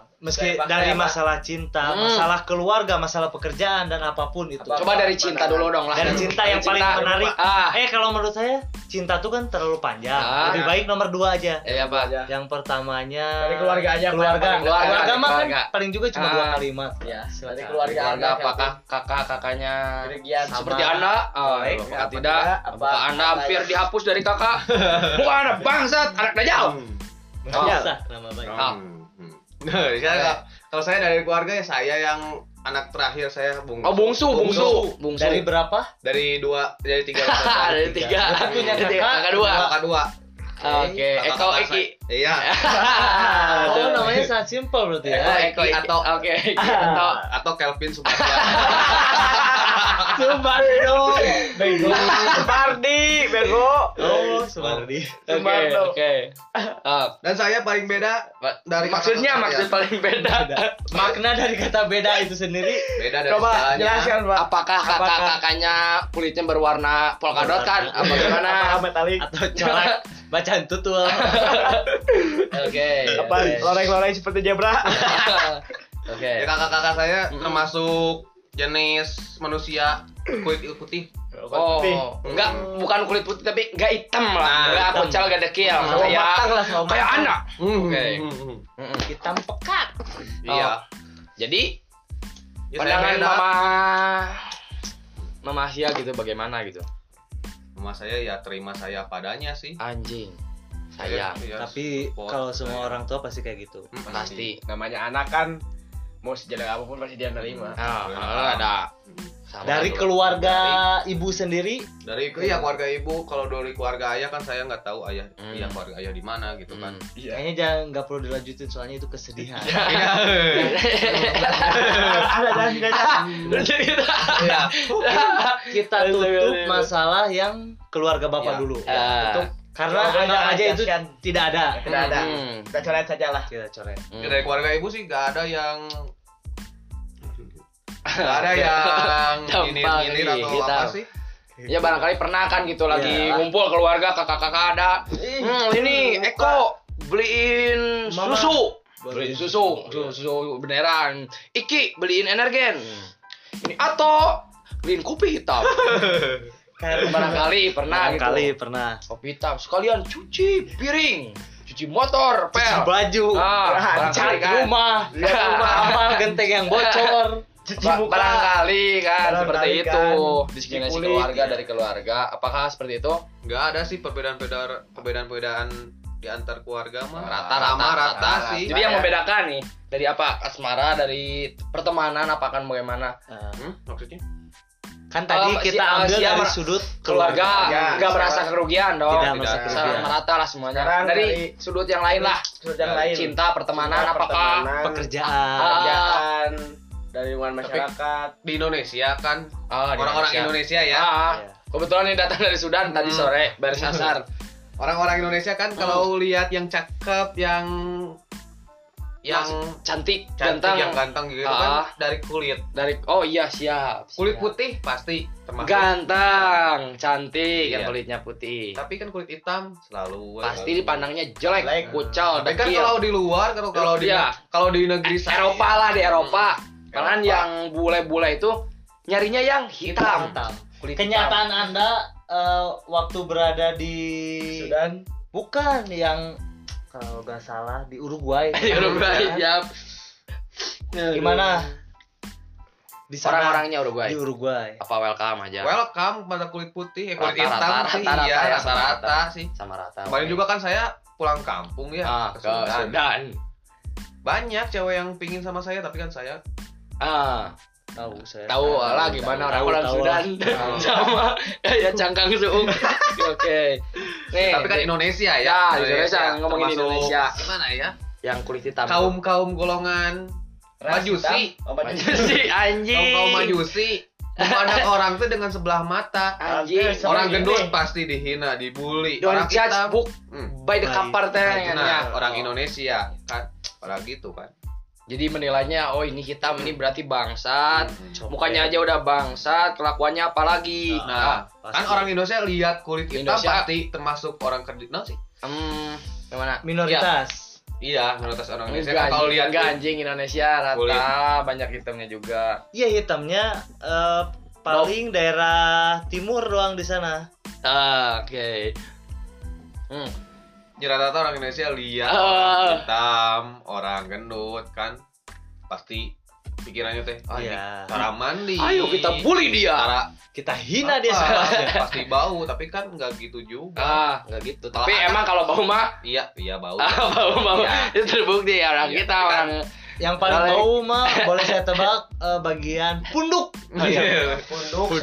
Saya Meski pakai dari apa? masalah cinta, Hmm. masalah keluarga, masalah pekerjaan dan apapun itu. Apa- coba dari cinta dulu dong lah Dari cinta yang Dari paling menarik. ah Eh kalau menurut saya cinta tuh kan terlalu panjang. Ah. Lebih baik nomor dua aja. ya pak Aja. Yang pertamanya Dari keluarga aja. Pak. keluarga Dari keluarga, keluarga dari mah kan keluarga. paling juga cuma dua Ah. kalimat Ya, Silakan. dari keluarga. keluarga Anda, apakah kakak kakaknya Kerugian Sama. seperti [laughs] anda oh, Baik, apakah apa tidak tidak? apakah, Apa- anda apa hampir ya? dihapus dari kakak bukan anak bangsat anak dajal Hmm. Oh. Nggak usah nama baik Ah. Hmm. Hmm. [laughs] Nah, saya kalau- kalau saya dari keluarga ya saya yang anak terakhir saya Hmm. bungsu. oh bungsu bungsu bungsu dari berapa Dari dua dari [laughs] tiga dari kakak. tiga punya dari tiga kakak, kakak dua Kakak dua. oke Kakak- Eko kakak Eki saya. [laughs] Iya. oh Ah, Aduh. namanya sangat simple berarti ya Eko Eki Eki atau atau- oke Eki atau Atau Kelvin Sumardi. ah. Sumarno Oh. Bego. Sumardi, bego. oh Sumardi oke Sumarno. oke Ah, Dan saya paling beda Pak, dari ya? maksudnya kakak-kakak maksud saya. paling beda makna dari kata beda itu sendiri beda dari Coba saya. jelaskan, Pak. apakah kakak Apakah- kakaknya kulitnya berwarna polkadot kan apa gimana Apa metalik? atau colak [laughs] bacaan tutul oke Apa oke. loreng-loreng seperti zebra? [laughs] oke Ya kakak-kakak saya Mm-mm. termasuk jenis manusia kulit putih. Oh, Putih. Hmm. Ah, enggak bukan kulit putih tapi enggak hitam Nah, lah. Enggak hitam. kocal enggak dekil. Hmm. Sawo Kayak matang Hmm. lah, sawo Iya. kayak matang. anak. Oke. Mm-mm. Mm-mm. hitam pekat Iya. Jadi Iya, Ya, saya Oh, pandangan beda. mama Mama Asia gitu bagaimana gitu. Mama saya ya terima saya padanya sih. Anjing. Iya. Sayang. Ya, tapi support kalau semua saya. orang tua pasti kayak gitu Mm-mm. Pasti. Namanya anak kan mau sejelek apapun pasti dia nerima. Ah, ah, ada Mm-mm. Sama dari juga. keluarga ibu sendiri Dari iya keluarga ibu, kalau dari keluarga ayah kan saya nggak tahu ayah, Hmm. iya keluarga ayah di mana gitu kan. Hmm. Iya. kayaknya jangan nggak perlu dilanjutin soalnya itu kesedihan Ada dan Iya. [laughs] kita tutup masalah yang keluarga bapak Ya. dulu Ah. Tutup. karena Keluarga anggap jangan aja itu kasihan. tidak ada Tidak ada. Hmm. Kita coret saja lah. kita coret Hmm. Dari keluarga ibu sih nggak ada yang nggak ada [laughs] yang Gampang nyindir-nyindir nih, atau kita. apa sih? Ya barangkali pernah kan gitu lagi Iya. ngumpul keluarga kakak-kakak ada. Hmm, ini Eko beliin Mama. susu. Beliin Beliin susu, susu, susu beneran. Iki beliin energen. Hmm. Ini Ato beliin kopi [laughs] hitam. Barangkali pernah Barangkali kali gitu. pernah Kopi hitam sekalian cuci piring, cuci motor, cuci pel. baju Ah, cat barangkali kan. [laughs] rumah lihat rumah amal genteng yang [laughs] bocor Cuci Ba- muka. barangkali kan Barangkali seperti kan. itu Cuci diskriminasi kulit, keluarga iya. dari keluarga. Apakah seperti itu? nggak ada sih perbedaan-perbedaan perbedaan-peedaan di antar keluarga mah Rata-rata, Sama, rata, rata-rata. Ya, sih Jadi yang membedakan nih dari apa? Asmara dari pertemanan apakan bagaimana? Ah, Hmm, maksudnya kan tadi Oh, si- kita ah, ambil si- dari ah, sudut keluarga Ya, nggak secara- merasa kerugian dong tidak merasa tidak. secara kerugian merata lah semuanya Sekarang dari, dari- sudut yang lain lah Terus yang lain. cinta Iya, pertemanan Cinta, apakah pertemanan, pekerjaan Ah. Pekerjaan. Dari lingkungan masyarakat. di Indonesia kan Ah, di orang-orang Indonesia ya ya Iya. kebetulan ini datang dari Sudan tadi Hmm. sore baris [laughs] asar orang-orang Indonesia kan Hmm. kalau lihat yang cakep yang yang cantik, cantik ganteng yang ganteng gitu Ah. kan dari kulit dari oh iya siap kulit Siap. putih pasti termasuk ganteng cantik yang Iya. kulitnya putih tapi kan kulit hitam selalu pasti selalu. dipandangnya jelek Jelek. kucel tapi kan dekil. kalau di luar kalau kalau di Iya. kalau di negeri saya Eropa lah di Eropa Malahan Eropa. yang bule-bule itu nyarinya yang hitam, Hitam. kulit hitam. kenyataan anda eh, waktu berada di Sudan. bukan yang kalau nggak salah di [laughs] Uruguay Iya. Iya. Uruguay, Ya iya. siap. gimana di sana Orang-orangnya Uruguay. di Uruguay Apa welcome aja? ya, welcome pada kulit putih eh, kulit Rata-rata, hitam sih rata-rata, iya rata-rata. rata-rata sih sama rata. Kemarin juga kan saya pulang kampung ya ah, ke ke Sudan. Sudan. Banyak cewek yang pingin sama saya tapi kan saya Ah, tahu saya tahu Tahu, lah tahu, gimana tahu, orang-orang tahu Sudan [laughs] Tahu. sama ya cangkang suung. [laughs] Oke. Nih, tapi kan nih, Indonesia ya. Eh, Ya, Indonesia, ngomongin Termasuk Indonesia. Gimana ya? yang kulit hitam. Kaum-kaum golongan majusi. Oh, Majusi Kaum-kaum anjing. majusi [laughs] memandang orang tuh dengan sebelah mata. Eh, Anjing. Sama Orang gini. gendut pasti dihina, dibully. Eh, Don't orang judge hitam, book Hmm. by the By- cover teh. Nah, kan, ya. nah, orang Indonesia kan orang gitu kan. Jadi menilainya oh ini hitam ini berarti bangsat. Hmm. Cowok. Mukanya aja udah bangsat, kelakuannya Ah, apalagi. Nah, Pasti. kan orang Indonesia lihat kulit hitam Indonesia. pasti termasuk orang kerja. Nah, sih. Hmm, gimana? minoritas Iya, mayoritas orang Indonesia Enggak, kan kalau lihat enggak, anjing Indonesia rata Kulit. banyak hitamnya juga. iya hitamnya eh, paling daerah timur doang di sana Ah, Oke. Hmm. Ya, rata-rata orang Indonesia lihat Ah. orang hitam, orang gendut kan pasti pikirannya teh, Oh, ah ini Iya. cara mandi. Ayo kita bully dia. Cara kita hina Oh, dia apa, sekarang iya. pasti bau, tapi kan nggak gitu juga. Ah, enggak gitu. Kalau Tapi ada- emang kalau bau mah [laughs] Iya, iya bau. ah, bau bau Ya. itu terbukti orang Iya, kita kan. orang yang paling Balik. bau mah boleh saya tebak eh, bagian punduk Oh, Iya. Punduk,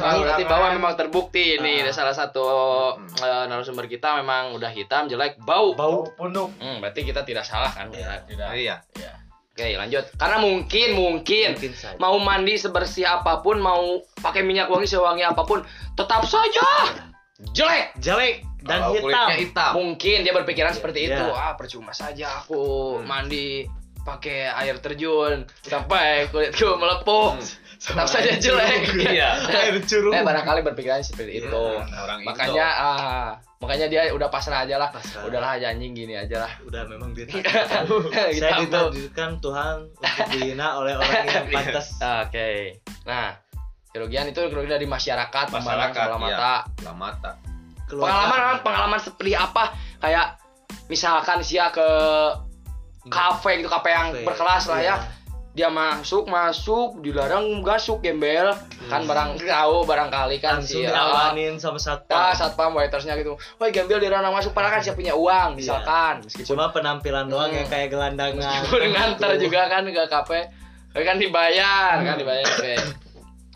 Punduk, berarti bau Ya. memang terbukti ini Ah. salah satu Mm-mm. eh, narasumber kita memang udah hitam jelek bau. bau punduk Hmm, berarti kita tidak salah kan? Iya. Tidak. Iya. Oke, lanjut. Karena mungkin mungkin mungkin saja mau mandi sebersih apapun, mau pakai minyak wangi sewangi apapun, tetap saja jelek. jelek dan Kalau hitam kulitnya hitam. Mungkin dia berpikiran seperti Iya. itu. Ah, percuma saja aku mandi pakai air terjun sampai kulitku melepuh. Hmm. Tetap saja [laughs] jelek. Iya. air curug Eh, barangkali berpikiran seperti itu. Orang Makanya ah, makanya dia udah pasrah aja lah. Pasrah. Udahlah aja anjing gini aja lah. udah memang [laughs] dia Hitam, [laughs] Iya. saya bau. ditakdirkan Tuhan untuk dihina oleh orang [laughs] yang pantas Oke. Nah, kerugian itu kerugian dari masyarakat, Indo. memandang masyarakat sebelah iya. mata. Sebelah mata. Keluarga. Pengalaman memang pengalaman seperti apa? Kayak misalkan sia ke kafe gitu, kafe yang Kafe. berkelas lah ya. Iya. Dia masuk, masuk, dilarang gasuk gembel. Kan barang tahu barangkali kan Hmm. langsung si ah, diawanin sama satpam ah, satpam waitersnya gitu. Woi, gembel dilarang masuk padahal kan siapa punya Iya. uang misalkan. Meskipun cuma penampilan doang Hmm. yang kayak [laughs] gelandangan Nah, meskipun nganter Gitu. juga kan ke kafe. Eh, kan dibayar, kan [laughs] dibayar. Oke.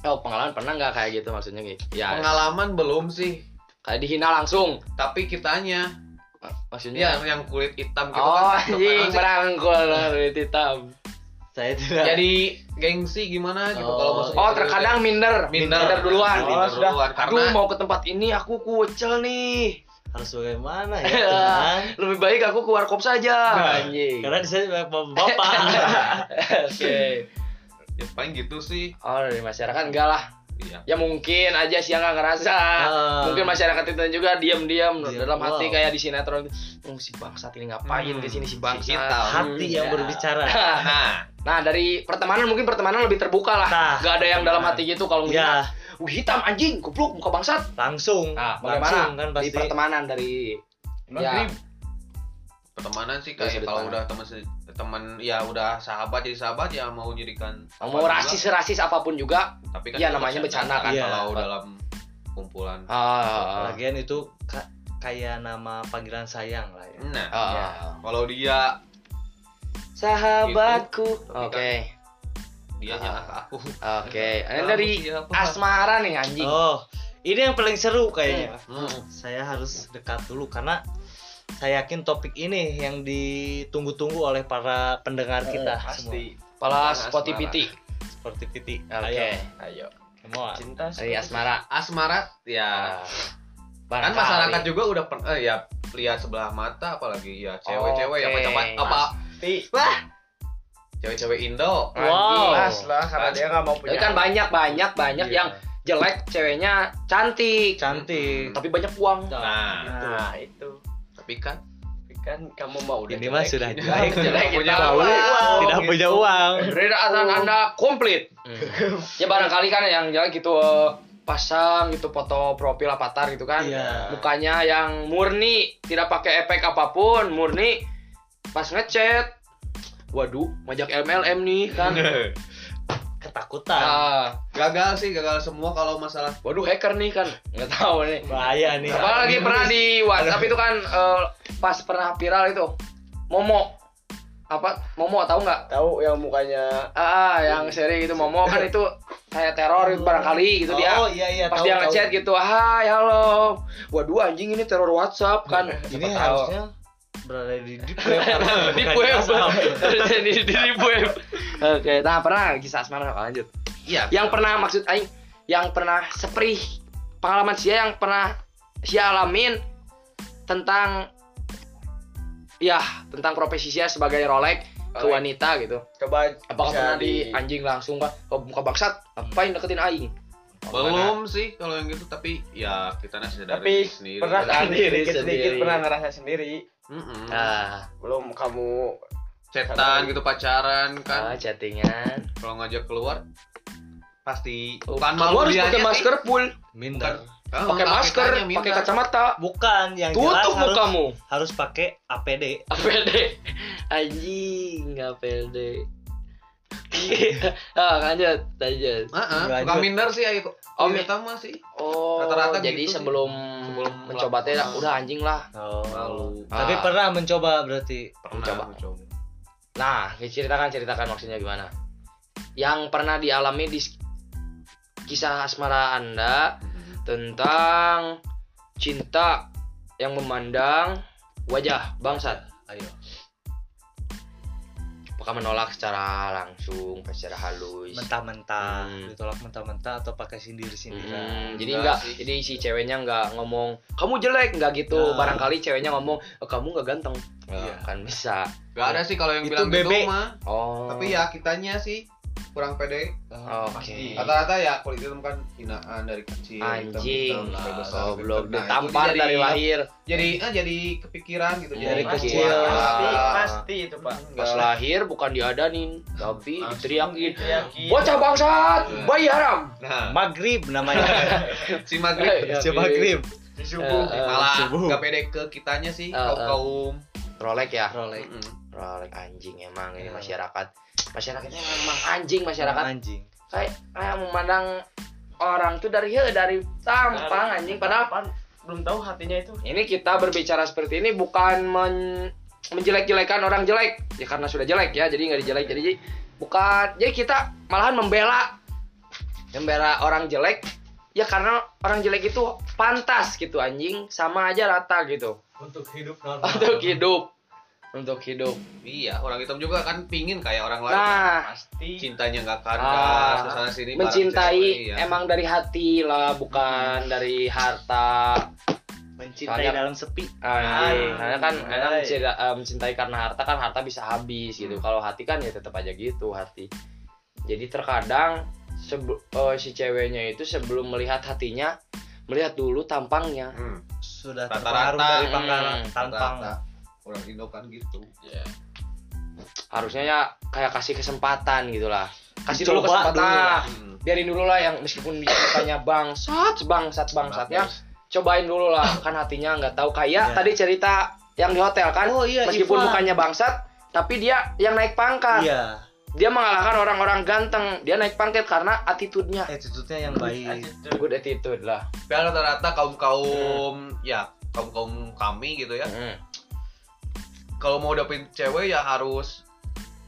Oh, pengalaman pernah nggak kayak gitu maksudnya gitu? Ya, Pengalaman belum sih, kayak dihina langsung. tapi kitanya Maksudnya Iya, yang kulit hitam gitu Oh, kan. anjing merangkul lah, duit hitam. saya tidak Jadi gengsi gimana gitu Oh. kalau masuk. Oh, terkadang minder, minder, duluan. Oh, Minder sudah. duluan Aku karena mau ke tempat ini, aku kucel nih. harus bagaimana [laughs] ya Tuhan? Lebih baik aku ke warkop saja. Nah, Anjing. karena di sini banyak bapak [laughs] Oke. ya paling gitu sih. Oh, dari masyarakat enggak lah. Ya Iya. mungkin aja sih nggak ngerasa. Nah, Ah. Mungkin masyarakat itu juga diam-diam Diam, dalam hati wow. kayak di sinetron. Oh, si bangsat ini ngapain Hmm, ke sini si si bangsat. hitam. hati yang Ya. [laughs] berbicara Nah, Nah, dari pertemanan mungkin pertemanan lebih terbuka lah. Nah, Nggak ada yang dalam pertemanan. hati gitu kalau ngelihat, ya "Wih, hitam anjing, goblok, muka bangsat. langsung Nah, langsung bagaimana kan di pasti pertemanan dari ya, Maghrib. pertemanan sih Ya, kayak sudut kalau pandang. udah teman se- teman ya udah sahabat jadi sahabat ya mau jadikan mau sahabat rasis rasis apapun juga. juga. tapi kan ya, itu namanya bercanda kan. Iya. kalau dalam kumpulan. Ah, lagian itu ka- kayak nama panggilan sayang lah ya Nah, ah, Ya. ah. kalau dia Gitu. Sahabatku. Tapi Oke, dia Ah. nyala ke aku. oke. Gitu. Ini Kamu dari siapa? asmara nih anjing. oh ini yang paling seru kayaknya Hmm. saya harus dekat dulu karena saya yakin topik ini yang ditunggu-tunggu oleh para pendengar kita semua Pasti. Kepala Asmara. Spotify. seperti Titi. Oke, Ayo. Kemoa. Cinta dari asmara. Asmara ya Ah. kan Barangkali. masyarakat juga udah pen- eh, ya lihat sebelah mata apalagi ya cewek-cewek ya Oke. Ah. apa apa Pasti cewek-cewek Indo Anjing. Wow. Jelas lah karena dia nggak mau Oh. Tapi punya kan banyak banyak banyak Iya. yang jelek ceweknya cantik, Cantik. tapi banyak uang. Hmm. nah Nah itu tapi kan [laughs] Tapi kan kamu mau [laughs] udah Ini mah jelek, sudah gitu. jelek, jelek, punya kita bau, uang. tidak gitu. punya uang. Perbedaan Anda komplit. ya barangkali kan yang jalan gitu eh, pasang gitu foto profil avatar gitu kan. Iya. Mukanya yang murni, tidak pakai efek apapun, murni kan." [laughs] pas ngechat. Waduh, ngajak MLM nih kan. ketakutan. Ah, Gagal sih, gagal semua kalau masalah waduh hacker nih kan, nggak tahu nih. Bahaya nih. Apalagi pernah di WhatsApp itu kan eh, pas pernah viral itu Momo apa Momo tahu nggak? Tahu yang mukanya Ah Oh, yang seri gitu Momo kan itu kayak teror gitu barangkali gitu dia. iya. Oh iya iya Pas tahu, dia tahu. ngechat gitu, "Hai, halo." Waduh anjing ini teror WhatsApp kan. Ini Siapa tahu. harusnya berada di deep web. [laughs] harusnya, [laughs] di bukan di web [laughs] asal. terjadi di deep web. Oke, nah pernah kisah asmara lanjut. Iya. Yang pernah maksud aing yang pernah seprih pengalaman sia yang pernah sia alamin tentang ya tentang profesi sia sebagai rolek ke Rolek. wanita gitu. coba Apakah bisa pernah di anjing langsung pak oh, muka bangsat ngapain deketin aing? belum sih kalau yang gitu tapi ya kita nasi dari Tapi diri sendiri. pernah kan Sendiri, sedikit-sedikit sendiri. pernah ngerasa sendiri. Mm-mm. Ah, Belum kamu Cetan gitu pacaran ah, kan chattingan. kalau ngajak keluar pasti Bukan malu Oh, harus dianya pakai sih. masker full, Minder. Ah, pakai kalau masker, kitanya minta. pakai kacamata. Bukan yang jelas Tutup harus, mukamu. harus pakai APD. APD anjing APD ah lanjut lanjut Ah, ah, Lanjut. suka minder sih ayo. Oh, Oh, mi- kita mah sih. oh Rata-rata jadi gitu sih. sebelum, Sebelum mencoba teh melakukan. udah anjing lah Oh. Malu. Tapi Ah. pernah mencoba berarti. Pernah Coba. aku coba. nah ceritakan ceritakan maksudnya gimana yang pernah dialami di s- kisah asmara anda tentang cinta yang memandang wajah bangsat Ayo. apakah menolak secara langsung secara halus Mentah-mentah, Hmm. ditolak mentah-mentah atau pakai sindir-sindiran. Hmm, jadi Enggak enggak, sih. jadi si ceweknya enggak ngomong kamu jelek enggak gitu. Nah. Barangkali ceweknya ngomong "Eh, kamu enggak ganteng. Iya. Ya, Kan bisa. Gak ada sih kalau yang Itu bilang bebek. gitu mah. Oh. Tapi ya kitanya sih kurang pede. Oh, Oke. Rata-rata ya kulit hitam kan hinaan dari kecil. Anjing. Iya, hitam-hitam, sampai besar, Oh, sampai belum besar. Nah, ditampar itu jadi- dari lahir. Iya, Jadi ah jadi kepikiran gitu Dari kepikiran. kecil. Pasti, Ah. pasti itu, Pak. Pas Enggak. lahir bukan diadanin, tapi Langsung diteriakin. Yakin. Bocah bangsat, bayi haram. Nah, Maghrib [laughs] namanya. si maghrib Eh, Si Maghrib. Di subuh. Eh, eh. malah subuh. nggak pede ke kitanya sih Eh, eh. kaum kaum Rolek ya. Rolek. Rolek anjing emang ini Iya. masyarakat. Masyarakatnya memang anjing masyarakat. Anjing. Kayak kayak memandang orang tuh dari ya, dari tampang anjing padahal Pan- belum tahu hatinya itu. ini kita berbicara seperti ini bukan men- menjelek-jelekan orang jelek ya karena sudah jelek ya jadi nggak dijelek jadi bukan jadi kita malahan membela membela orang jelek ya karena orang jelek itu pantas gitu anjing sama aja rata gitu Untuk hidup normal. untuk hidup untuk hidup iya orang hitam juga kan pingin kayak orang lain nah Pasti. cintanya Ah. nggak kandas ke sana sini bareng cewek, mencintai iya. emang dari hati lah Hmm. bukan dari harta Mencintai Soalnya- dalam sepi. Anjing, Ah, Anjing. karena kan karena Hai. mencinta- eh, mencintai karena harta kan harta bisa habis Hmm. gitu. Kalau hati kan ya tetap aja gitu hati. Jadi terkadang sebe- eh, si ceweknya itu sebelum melihat hatinya melihat dulu tampangnya. Hmm, Sudah Rata-rata. terpengaruh dari Hmm. pangkalan tampang. rata-rata orang Indo kan gitu Harusnya ya kayak kasih kesempatan gitulah. Kasih dulu Coba kesempatan. dulu ya. lah. Nah, Hmm. biarin dulu lah yang meskipun dia katanya bangsat, bangsat, bangsatnya, cobain dulu lah kan hatinya nggak tahu kayak Iya. tadi cerita yang di hotel kan. Oh iya, meskipun Ivan. mukanya bangsat, tapi dia yang naik pangkat. Iya, dia mengalahkan orang-orang ganteng dia naik pangkat karena attitude-nya attitude-nya yang baik. Attitude. good attitude lah Tapi rata-rata kaum kaum ya kaum kaum kami gitu ya Mm. kalau mau dapetin cewek ya harus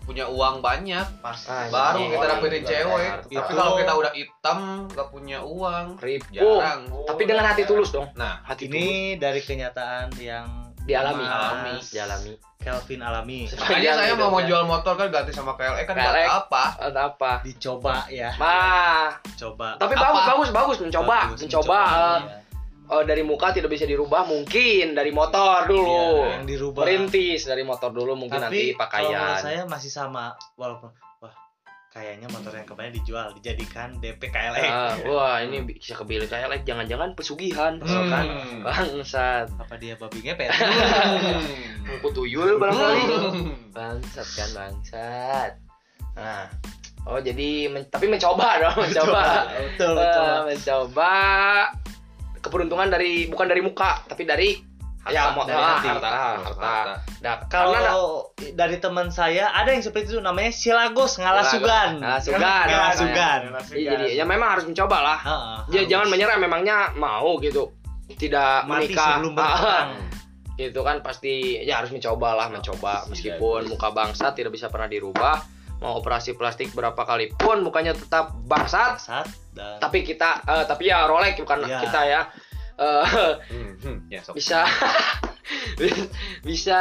punya uang banyak Pasti. Ah, baru iya. kita dapetin Iya. cewek Iya. tapi Itu- kalau kita udah hitam nggak punya uang ribu jarang Oh, tapi dengan hati tulus dong nah hati tulus Ini dari kenyataan yang dialami Alami. dialami Kelvin alami. makanya saya Jangan mau mau gitu. jual motor kan ganti sama KLE kan buat KLX. apa Atau apa Dicoba ya, Mah, coba. tapi Apa? bagus bagus bagus mencoba Bagus, mencoba, iya. Eh, eh, dari muka tidak bisa dirubah mungkin dari motor dulu Iya, yang dirubah. merintis dari motor dulu mungkin nanti Tapi kalau menurut pakaian saya masih sama walaupun wah kayaknya motor yang kemarin dijual dijadikan DP KLX. Ah, wah ini bisa kebilik kayak like, jangan-jangan pesugihan Hmm. kan bangsat Apa dia babi [laughs] ngepet? putuyul barangkali [laughs] bangsat kan bangsat nah oh jadi men- tapi mencoba [laughs] dong mencoba Betul, Eh, betul. mencoba keberuntungan dari bukan dari muka tapi dari Ya, mo- dari ah, hati. harta, harta. Harta. Nah, Kalau karena dari teman saya ada yang seperti itu namanya Silagos Ngalasugan. Ngalasugan. Ngalasugan. nah, Iya, jadi ya memang harus mencoba lah. Ya, Heeh, harus. jangan menyerah memangnya mau gitu. Tidak mati menikah. [laughs] sebelum Ah, berperang. itu kan pasti ya harus mencoba lah mencoba meskipun muka bangsa tidak bisa pernah dirubah mau operasi plastik berapa kali pun mukanya tetap bangsat Saat dan tapi kita eh, tapi ya rolek bukan Iya. kita ya Eh, [laughs] Hmm, hmm, ya, sok. bisa [laughs] bisa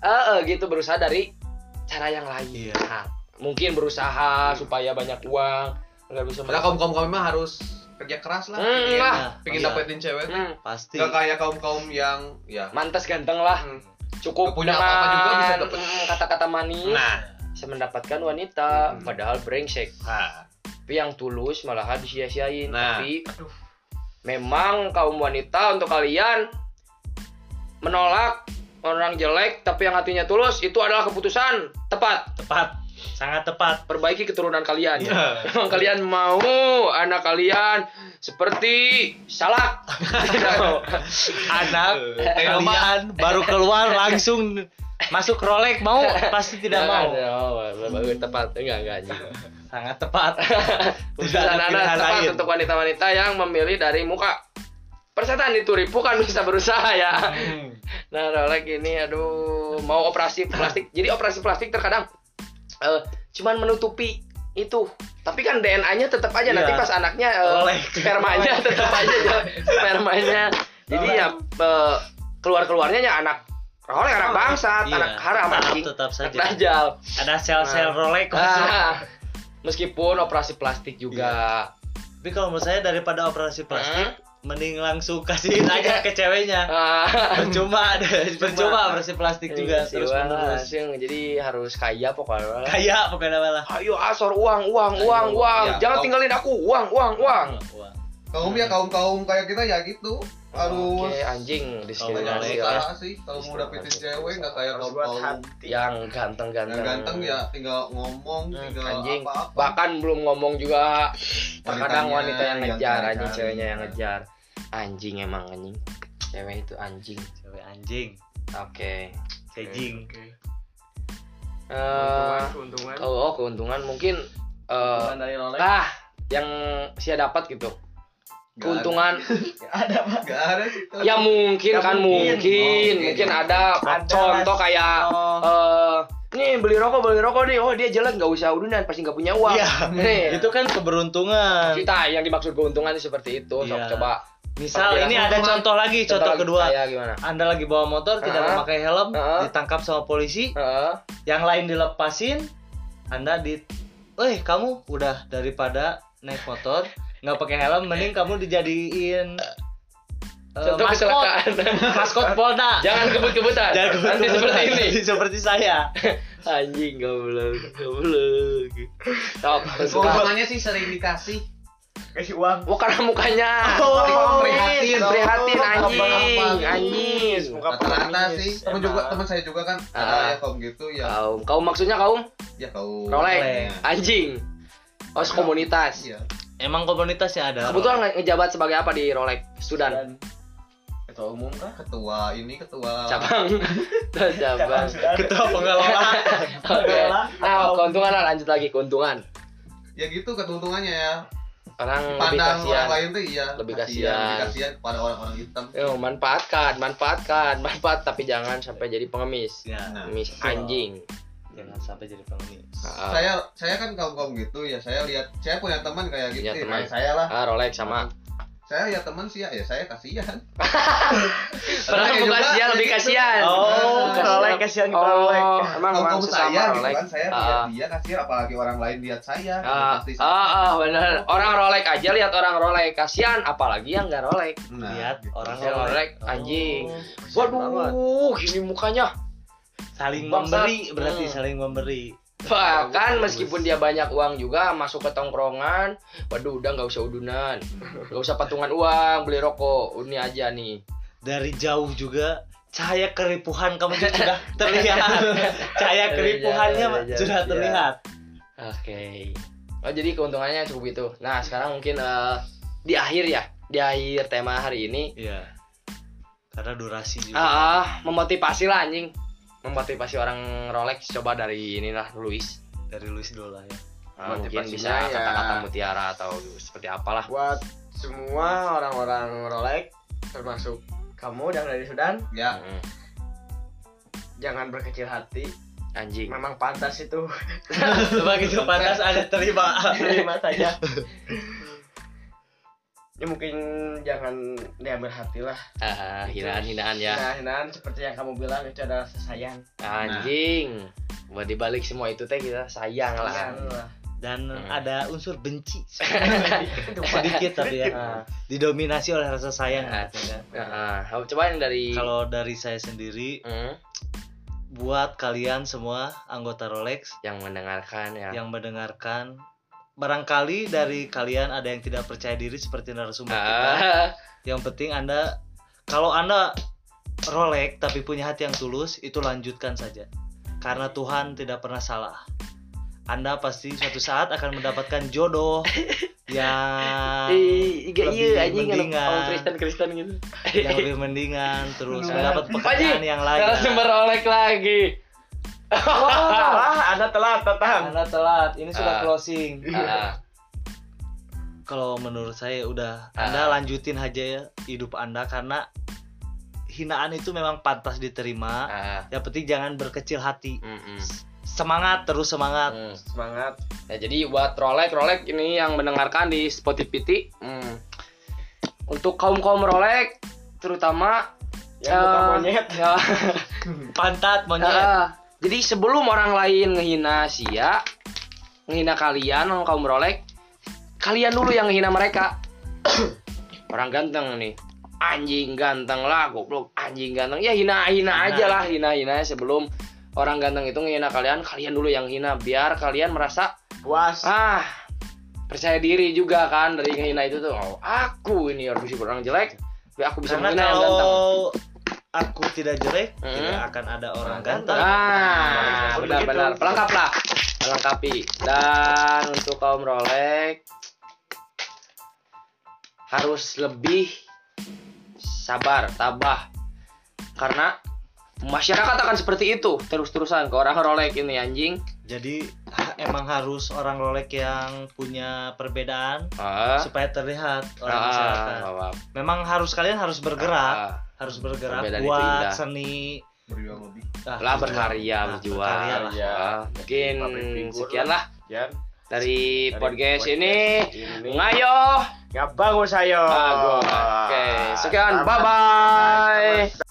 eh, eh, gitu berusaha dari cara yang lain Nah, Iya. mungkin berusaha supaya banyak uang nggak bisa Hmm. Padahal kaum kaum kaum memang harus kerja keras lah. Hmm, Pengen, lah. pengen Iya, dapetin cewek. Hmm, pasti. Gak kayak kaum kaum yang ya. mantas ganteng lah Hmm. cukup Punya apa-apa juga bisa dengan, dapet. mm, kata-kata manis Nah, bisa mendapatkan Hmm. wanita padahal brengsek nah, tapi yang tulus malahan disia-siain Nah. tapi memang kaum wanita untuk kalian menolak orang jelek tapi yang hatinya tulus itu adalah keputusan tepat tepat. Sangat tepat. perbaiki keturunan kalian Iya. memang kalian mau anak kalian seperti [laughs] salak [laughs] [laughs] Anak kalian baru keluar langsung masuk rolek mau pasti tidak mau. Jangan, jangan, mau. tepat enggak enggak anjing. Sangat [laughs] tepat. Tidak Keputusan ada Anda pilihan tepat lain. untuk wanita-wanita yang memilih dari muka. Persetan dituripu kan bisa berusaha ya. [laughs] Nah, rolek ini aduh mau operasi plastik. Jadi operasi plastik terkadang eh, cuman menutupi itu. Tapi kan DNA-nya tetap aja nanti Iya. pas anaknya eh, Rolek. spermanya tetap aja [laughs] ya, spermanya. Jadi ya eh, keluar-keluarnya ya anak rolek, anak bangsat, Iya, anak haram tetap- anjing. tetap saja. Anak Dajjal. Ada sel-sel rolek masuk. Ah, [laughs] meskipun operasi plastik juga Hmm? Tapi kalau menurut saya daripada operasi Iya. plastik mending langsung kasihin aja ke [laughs] ceweknya. Ah, Percuma, [laughs] percuma operasi plastik iya, juga terus siwa menerus. langsung. jadi harus kaya pokoknya Kayak bukan apa-apa. ayo asor uang uang uang Oh. Ayo, uang ya, jangan kau- tinggalin aku uang uang uang Wah. Kaum ya kaum kaum kayak kita ya gitu. Harus Oke, ya, anjing Kalau diskriminasi nggak lah usaha sih kalau mau dapetin cewek nggak kayak Iya. harus kaum buat kaum ya. hati. yang ganteng-ganteng yang ganteng ya tinggal ngomong Hmm, tinggal anjing apa-apa. bahkan belum ngomong juga terkadang Wanitanya wanita yang yang ngejar cari-cari. anjing ceweknya yang ngejar anjing emang anjing cewek itu anjing Cewek anjing, oke Iya. cejing. Eh, keuntungan. oh, oh, keuntungan mungkin eh, dari rolek. ah yang saya dapat gitu Nggak keuntungan Ada Pak. ada. [laughs] nggak ada sih itu. ya mungkin Ya, kan mungkin mungkin. mungkin, Oh, mungkin. ada, Ada contoh lah. kayak Oh. eh, nih beli rokok beli rokok nih oh dia jelek nggak usah udunan pasti nggak punya uang Iya, Nih, itu kan keberuntungan. kita yang dimaksud keuntungan itu seperti itu Sok, Iya. coba Misal Tapi ini langsung ada kan. contoh lagi, contoh lagi kedua. kayak gimana Anda lagi bawa motor tidak Heeh. memakai helm, Heeh. ditangkap sama polisi, Heeh. yang lain dilepasin, Anda di "Eh, kamu udah daripada naik motor nggak pakai helm mending kamu dijadiin eh, contoh maskot kecelakaan [laughs] maskot Polda." jangan kebut-kebutan Jangan nanti kebetulan. seperti ini Nanti seperti saya. anjing goblok goblok Sok, suka. keuntungannya sih sering dikasih Kasih uang. Wah karena mukanya iya. Oh, prihatin, prihatin prihatin. anjing, Abang-abang. anjing. Muka rata-rata pemanis, sih teman emang. juga teman saya juga kan Ah. ada ya kaum gitu ya Kaum, kaum maksudnya kaum? ya kaum Rolek, anjing. Os komunitas. Iya. Emang komunitasnya ada. Kebetulan nge- ngejabat sebagai apa di Rolek? Sudan. Ketua umum kah? ketua ini ketua [laughs] Cabang. Terus Cabang. ketua pengelola. [laughs] Oke. Nah, keuntungan lah lanjut lagi keuntungan. ya gitu keuntungannya ya Orang lebih pandang kasihan. orang lain tuh iya Lebih lebih kasihan. kasihan kepada orang-orang hitam Yo, manfaatkan, manfaatkan, manfaat tapi jangan sampai jadi pengemis. Ya, nah Pengemis anjing. jangan sampai jadi pengemis. Ah, saya saya kan kaum kaum gitu ya saya lihat saya punya teman kayak Punya gitu ya, Iya, teman. kayak saya lah ah, Rolek sama. saya lihat teman sih ya, ya saya kasihan Padahal bukan Saya juga, kasihan, saya lebih gitu. kasihan. Oh, Kasihan. peroleh kasihan Oh, peroleh. emang kaum emang kaum sesama saya gitu Rolek. kan saya Ah. lihat dia kasihan apalagi orang lain lihat saya Ah, pasti ah, ah, bener. Orang rolek aja lihat orang rolek kasihan, apalagi yang nggak rolek. nah, Lihat gitu. orang Yang rolek anjing. Kasihan banget. Waduh, ini mukanya. saling Bangsat. memberi berarti Hmm. saling memberi. Bahkan meskipun dia banyak uang juga masuk ke tongkrongan, waduh udah nggak usah udunan, nggak usah patungan uang, beli rokok, ini aja nih. Dari jauh juga cahaya keripuhan kamu tuh sudah terlihat. Dari cahaya keripuhannya jauh, dari jauh, sudah iya. terlihat. Oke. Oh jadi keuntungannya cukup itu. Nah sekarang mungkin eh, di akhir ya, di akhir tema hari ini Iya. karena durasi juga Ah, ah, memotivasi lah anjing. Memotivasi orang Rolex coba dari inilah Luis. dari Luis dulu lah ya Ah, mungkin Motivasinya bisa ya. kata-kata mutiara atau seperti apalah. buat semua orang-orang Rolex termasuk kamu yang dari Sudan ya Mm, jangan berkecil hati Anjing. memang pantas itu sebagai pantas ada terima terima saja ya mungkin jangan diambil hati lah Ah, hinaan-hinaan ya. nah hinaan seperti yang kamu bilang itu adalah sayang Anjing. Buat dibalik semua itu teh kita sayang lah. Iya, dan Hmm. ada unsur benci itu sedikit tapi ya Ah. didominasi oleh rasa sayang Ah. gitu kan. Nah, ah, coba yang dari kalau dari saya sendiri Hmm, buat kalian semua anggota Rolex yang mendengarkan ya. yang mendengarkan barangkali dari kalian ada yang tidak percaya diri seperti narasumber kita Ah, yang penting anda kalau anda Rolex tapi punya hati yang tulus itu lanjutkan saja karena Tuhan tidak pernah salah anda pasti suatu saat akan mendapatkan jodoh [laughs] yang ah. Ih, gak lebih iya anjing kalau mendingan. orang Kristen-Kristen gitu. yang [laughs] lebih mendingan terus Bener. mendapat pekerjaan yang layak Narasumber Rolex lagi. salah anda telat tetang anda telat ini Ah. sudah closing Ah, kalau menurut saya udah anda Ah. lanjutin aja ya hidup anda karena hinaan itu memang pantas diterima ah, yang penting jangan berkecil hati mm, mm, semangat terus semangat mm. semangat Ya, jadi buat Rolek Rolek ini yang mendengarkan di Spotify hmm. untuk kaum kaum Rolek terutama yang buka eh, monyet ya, pantat [laughs] monyet eh, jadi sebelum orang lain ngehina Sia, ngehina kalian orang kaum Rolek, kalian dulu yang ngehina mereka. [coughs] orang ganteng nih, anjing ganteng lah, goblok anjing ganteng. Ya hina hina aja lah, hina hina sebelum orang ganteng itu ngehina kalian, kalian dulu yang hina biar kalian merasa puas ah percaya diri juga kan dari ngehina itu tuh oh, aku ini harus disebut orang jelek tapi aku bisa karena menghina yang ganteng kalau aku tidak jelek Hmm. tidak akan ada orang Orang ganteng ah gitu. Begitu. benar-benar pelengkap lah melengkapi dan untuk kaum rolek harus lebih sabar tabah karena masyarakat akan seperti itu terus-terusan ke orang rolek ini anjing jadi ha- emang harus orang Rolex yang punya perbedaan ah, supaya terlihat oleh ah, masyarakat ah, memang harus kalian harus bergerak ah, harus bergerak Perbedaan itu buat indah. seni berjuang lebih Ah, lah berjuang. berkarya Ah, berjuang berkarya lah. Ya. Ah, mungkin Public figure sekian lah Jan. dari, Dari podcast, podcast ini Ya, ini ngayo nggak bagus ayo bagus oke sekian bye bye